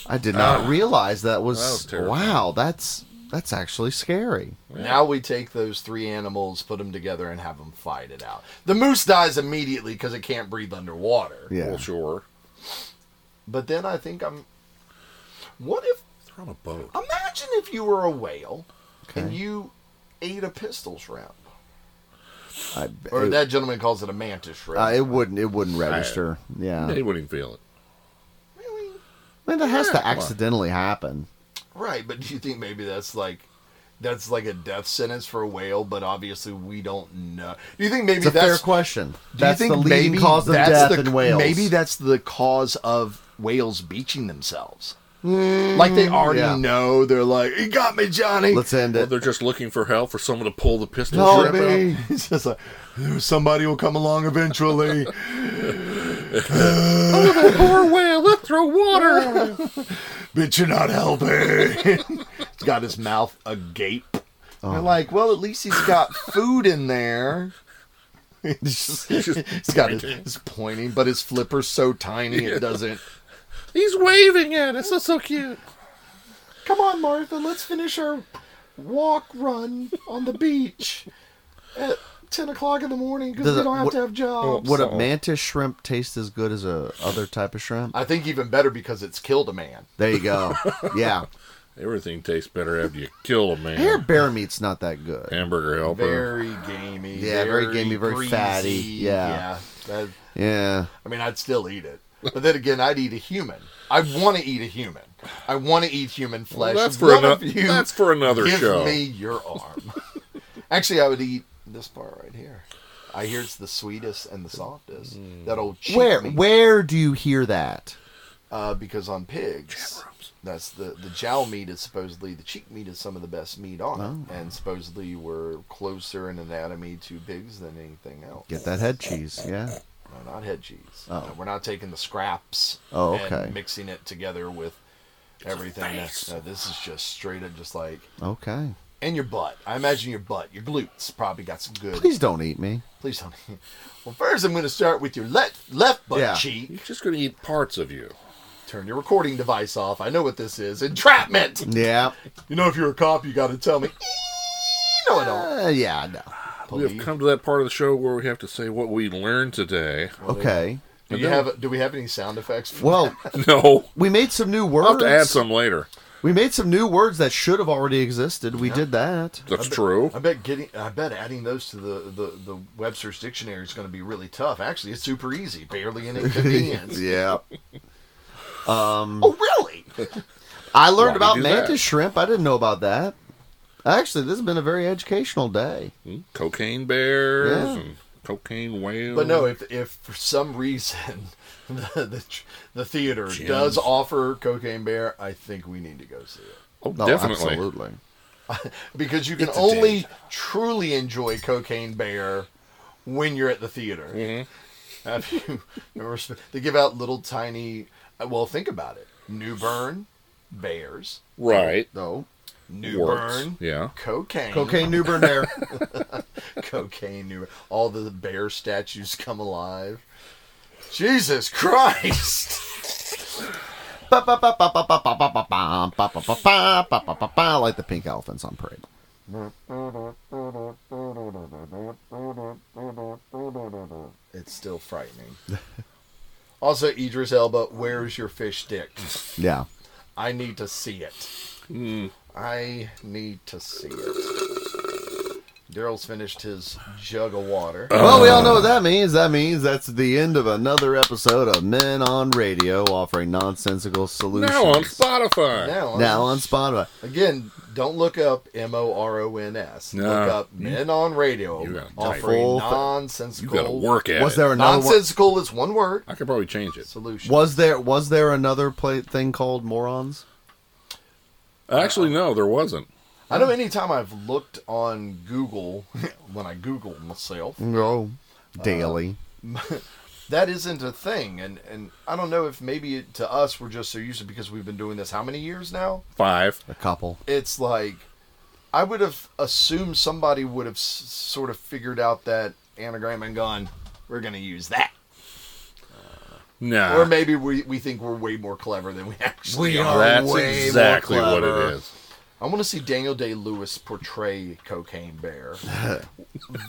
S3: I did not realize that was,
S4: Ah. that was terrifying.
S3: wow. That's that's actually scary.
S5: Now we take those three animals, put them together, and have them fight it out. The moose dies immediately because it can't breathe underwater.
S3: Yeah.
S4: Well, sure.
S5: But then I think I'm. What if?
S4: They're on a boat.
S5: Imagine if you were a whale and
S3: Okay.
S5: you ate a pistol shrimp,
S3: I,
S5: or
S3: it,
S5: that gentleman calls it a mantis shrimp.
S3: uh, it wouldn't it wouldn't register. yeah.
S4: He wouldn't even feel it.
S5: really?
S3: I mean, that has
S4: Yeah,
S3: to
S4: come on.
S3: accidentally happen.
S5: Right, but do you think maybe that's like? That's like a death sentence for a whale, but obviously we don't know. Do you think maybe
S3: It's a
S5: that's
S3: fair question.
S5: Do
S3: That's
S5: you think
S3: the leading
S5: maybe
S3: cause of
S5: that's
S3: death
S5: the-
S3: in whales.
S5: Maybe that's the cause of whales beaching themselves. like they already
S3: Hmm. yeah.
S5: know. They're like, "He got me, Johnny."
S3: Let's end
S4: Well,
S3: it.
S4: they're just looking for help for someone to pull the pistol
S3: Help
S4: shrimp out.
S3: me.
S5: It's just like somebody will come along eventually.
S4: Poor whale. Let throw water.
S5: Bitch, you're not helping. he's got his mouth agape. They're like, well, at least he's got food in there. He's just- he's got his,
S4: pointing.
S5: he's pointing, but his flipper's so tiny it doesn't.
S4: He's waving at us. That's so cute.
S5: Come on, Martha, let's finish our walk run on the beach at 10 o'clock in the morning because
S3: Does
S5: we
S3: it-
S5: don't have
S3: what-
S5: to have jobs.
S3: Would
S4: So-
S3: a mantis shrimp taste as good as a other type of shrimp?
S5: I think even better because it's killed a man.
S3: There you go. yeah.
S4: Everything tastes better after you kill a man.
S3: Hair bear meat's not that good.
S4: Hamburger helper.
S5: Very gamey.
S3: Yeah, very gamey, very fatty, yeah.
S5: that-
S3: Yeah.
S5: I mean, I'd still eat it. But then again, I'd eat a human. I want to eat a human. I want to eat human
S4: Well,
S5: flesh.
S4: that's for
S5: None
S4: another.
S5: of you
S4: That's for another
S5: give
S4: show.
S5: me your arm. Actually, I would eat this part right here. I hear it's the sweetest and the softest.
S4: Mm.
S5: That old cheek
S3: Where
S5: meat,
S3: where do you hear that?
S5: Uh, because on pigs, that's the the jowl meat is supposedly the cheek meat is some of the best meat on it,
S3: Oh.
S5: and supposedly we're closer in anatomy to pigs than anything else.
S3: Get that head cheese. Yeah.
S5: No, not head cheese.
S3: Oh.
S5: No, we're not taking the scraps.
S3: Oh, okay.
S5: And mixing it together with everything. That, no, this is just straight up, just like
S3: Okay.
S5: and your butt. I imagine your butt, your glutes probably got some good.
S3: Please don't eat me.
S5: Please don't. Well, first I'm going to start with your left left butt
S3: Yeah.
S5: cheek.
S4: He's just gonna eat parts of you.
S5: Turn your recording device off. I know what this is. Entrapment.
S3: Yeah.
S5: You know, if you're a cop, you got to tell me. No, I don't.
S3: Uh, yeah, no.
S4: We have
S5: Police.
S4: come to that part of the show where we have to say what we learned today.
S3: Okay.
S5: Do you have? Do we have any sound effects? For
S3: Well,
S4: No,
S3: we made some new words.
S4: I'll have to add some later.
S3: We made some new words that should have already existed. We did that.
S4: That's true.
S5: I bet getting, I bet adding those to the, the, the Webster's dictionary is going to be really tough. Actually, it's super easy, barely an inconvenience.
S3: Yeah.
S5: Oh, really?
S3: Um, I learned
S4: Why
S3: about
S4: do that?
S3: mantis shrimp. I didn't know about that. Actually, this has been a very educational day.
S4: cocaine bears
S3: Yeah.
S4: and cocaine whales.
S5: But no, if if for some reason the the, tr- the theater
S4: Gyms.
S5: does offer Cocaine Bear, I think we need to go see it
S4: oh,
S3: No,
S4: definitely.
S3: absolutely.
S5: because you can
S4: It's a
S5: only
S4: date.
S5: truly enjoy Cocaine Bear when you're at the theater.
S4: Mm-hmm.
S5: Have you ever sp- they give out little tiny? uh, Well, think about it. New Bern bears,
S4: Right.
S3: No.
S5: New
S4: Warts.
S5: Bern,
S4: Yeah.
S5: cocaine,
S3: Cocaine New Bern Air.
S5: cocaine new all the bear statues come alive jesus christ
S3: like the pink elephants on parade.
S5: it's still frightening also idris elba where's your fish dick
S3: Yeah.
S5: i need to see it
S4: Hmm.
S5: i need to see it daryl's finished his jug of water
S4: Uh-huh.
S3: Well, we all know what that means. That means that's the end of another episode of Men on Radio offering nonsensical solutions.
S4: Now on Spotify.
S5: now,
S3: Now on Spotify.
S5: again don't look up m-o-r-o-n-s
S4: No.
S5: look up men on radio
S4: You gotta type.
S5: offering
S3: Full fa-
S4: You
S5: nonsensical
S4: got to work at
S3: Was
S4: it.
S3: there another one?
S5: nonsensical is one word
S4: I could probably change it.
S5: solution.
S3: Was there was there another play thing called morons?
S4: Actually,
S3: uh,
S4: no, there wasn't.
S5: I know anytime I've looked on Google, when I Google myself,
S3: No. Daily.
S5: that isn't a thing. And, and I don't know if maybe it, to us we're just so used to because we've been doing this how many years now?
S4: Five.
S3: a couple.
S5: It's like, I would have assumed somebody would have s- sort of figured out that anagram and gone, we're going to use that.
S4: Nah. Ah.
S5: Or maybe we, we think we're way more clever than we actually are.
S4: That's
S3: way more
S4: exactly what
S3: clever.
S4: it is.
S5: I want to see Daniel Day Lewis portray Cocaine Bear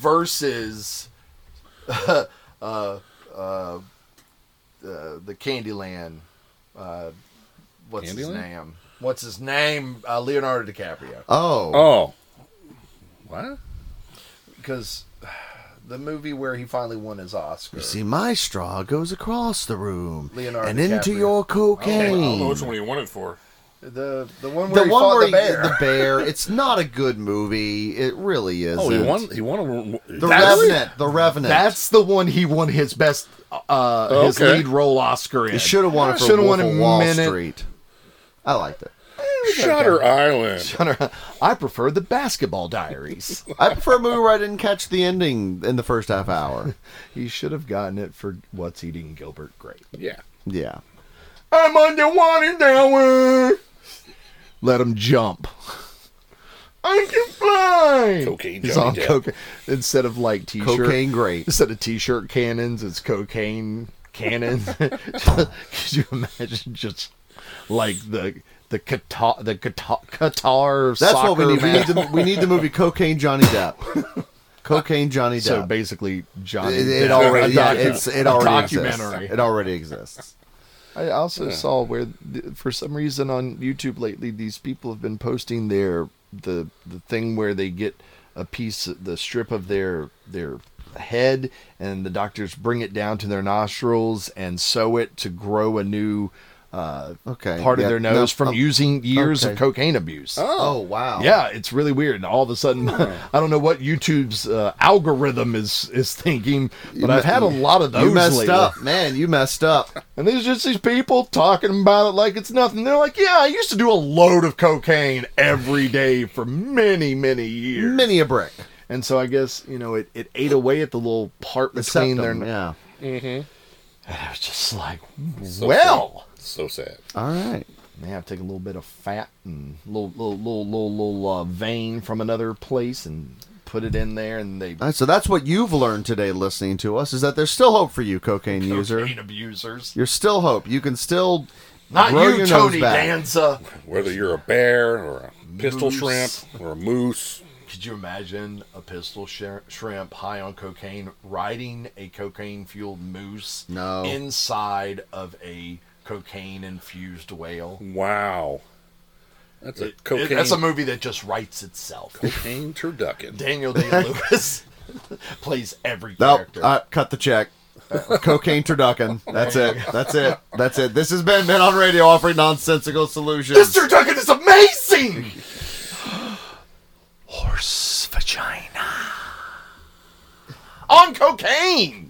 S5: versus uh, uh, uh, the Candyland. Uh, what's his
S4: Candyland?
S5: name? What's his name? Uh, Leonardo DiCaprio.
S3: Oh.
S4: Oh. What?
S5: Because the movie where he finally won his Oscar.
S4: Oh.
S3: You see, my straw goes across the room
S5: Leonardo
S3: and into
S5: DiCaprio.
S3: your
S4: I don't
S3: cocaine.
S4: know which one you wanted for.
S5: the the one where
S3: The
S5: he
S3: one
S5: fought
S3: where
S5: the bear.
S3: He, the bear. It's not a good movie. It really is.
S4: Oh, he won. He won. A,
S3: The
S4: That's-
S3: Revenant. The Revenant.
S5: That's the one he won his best, uh, his
S4: Okay.
S5: lead role Oscar in.
S3: he should have won it for
S5: Shoulda
S3: Wolf
S5: won
S3: of
S5: a
S3: Wall
S5: minute.
S3: Street. I liked it.
S4: Shutter Island.
S5: Hunter, I prefer the Basketball Diaries.
S3: I prefer a movie where I didn't catch the ending in the first half hour.
S5: he should have gotten it for What's Eating Gilbert Grape.
S4: Yeah.
S3: Yeah.
S5: I'm underwater now. Let him jump. I can fly.
S4: Cocaine
S5: He's
S4: Johnny
S5: all
S4: Depp.
S5: cocaine. Instead of like t-shirt,
S3: Cocaine grape.
S5: Instead of t-shirt cannons, it's cocaine cannon. Could you imagine just like the the Qatar the Qatar, Qatar
S3: That's
S5: soccer
S3: what we need. We need,
S5: match?
S3: the, we need the movie Cocaine Johnny Depp. Cocaine Johnny Depp.
S5: So basically, Johnny.
S3: it, it
S5: Depp.
S3: already,
S5: A
S3: yeah,
S5: docu-
S3: it's, it
S5: a
S3: already exists.
S5: documentary.
S3: It already exists.
S5: I also saw where, th- for some reason, on YouTube lately, these people have been posting their the the thing where they get a piece, the strip of their their head, and the doctors bring it down to their nostrils and sew it to grow a new uh,
S3: Okay,
S5: part
S3: yeah,
S5: of their
S3: no,
S5: nose from
S3: um,
S5: using years
S3: okay.
S5: of cocaine abuse.
S3: Oh, wow.
S5: Yeah, it's really weird. And all of a sudden, I don't know what YouTube's uh, algorithm is is thinking, but I've had a lot of those
S3: You messed
S5: lately.
S3: up, man. You messed up.
S5: And there's just these people talking about it like it's nothing. They're like, yeah, I used to do a load of cocaine every day for many, many years.
S3: Many a brick.
S5: And so I guess, you know, it, it ate away at the little part
S3: The
S5: between their.
S3: septum, yeah.
S5: I was just like,
S4: So
S5: well.
S4: sad. so sad.
S3: All right.
S5: Yeah, take a little bit of fat and little, little, little, little, little uh, vein from another place and put it in there and they.
S3: All right, so that's what you've learned today listening to us is that there's still hope for you, cocaine user.
S5: Cocaine abusers.
S3: You're still hope. You can still
S5: Not
S3: grow
S5: you,
S3: your
S5: Tony
S3: nose back.
S5: Danza.
S4: Whether you're a bear or a pistol
S5: Moose.
S4: shrimp or a moose.
S5: Could you imagine a pistol shir- shrimp high on cocaine riding a cocaine fueled moose
S3: No.
S5: inside of a cocaine infused whale?
S4: Wow. That's a
S5: It-
S4: cocaine.
S5: that's a movie that just writes itself.
S4: cocaine turducken.
S5: Daniel Day Lewis plays every
S3: Nope.
S5: character.
S3: Uh, cut the check. Cocaine turducken. That's it. That's it. That's it. This has been Men on Radio offering nonsensical solutions.
S5: This turducken is amazing! Horse vagina. On cocaine!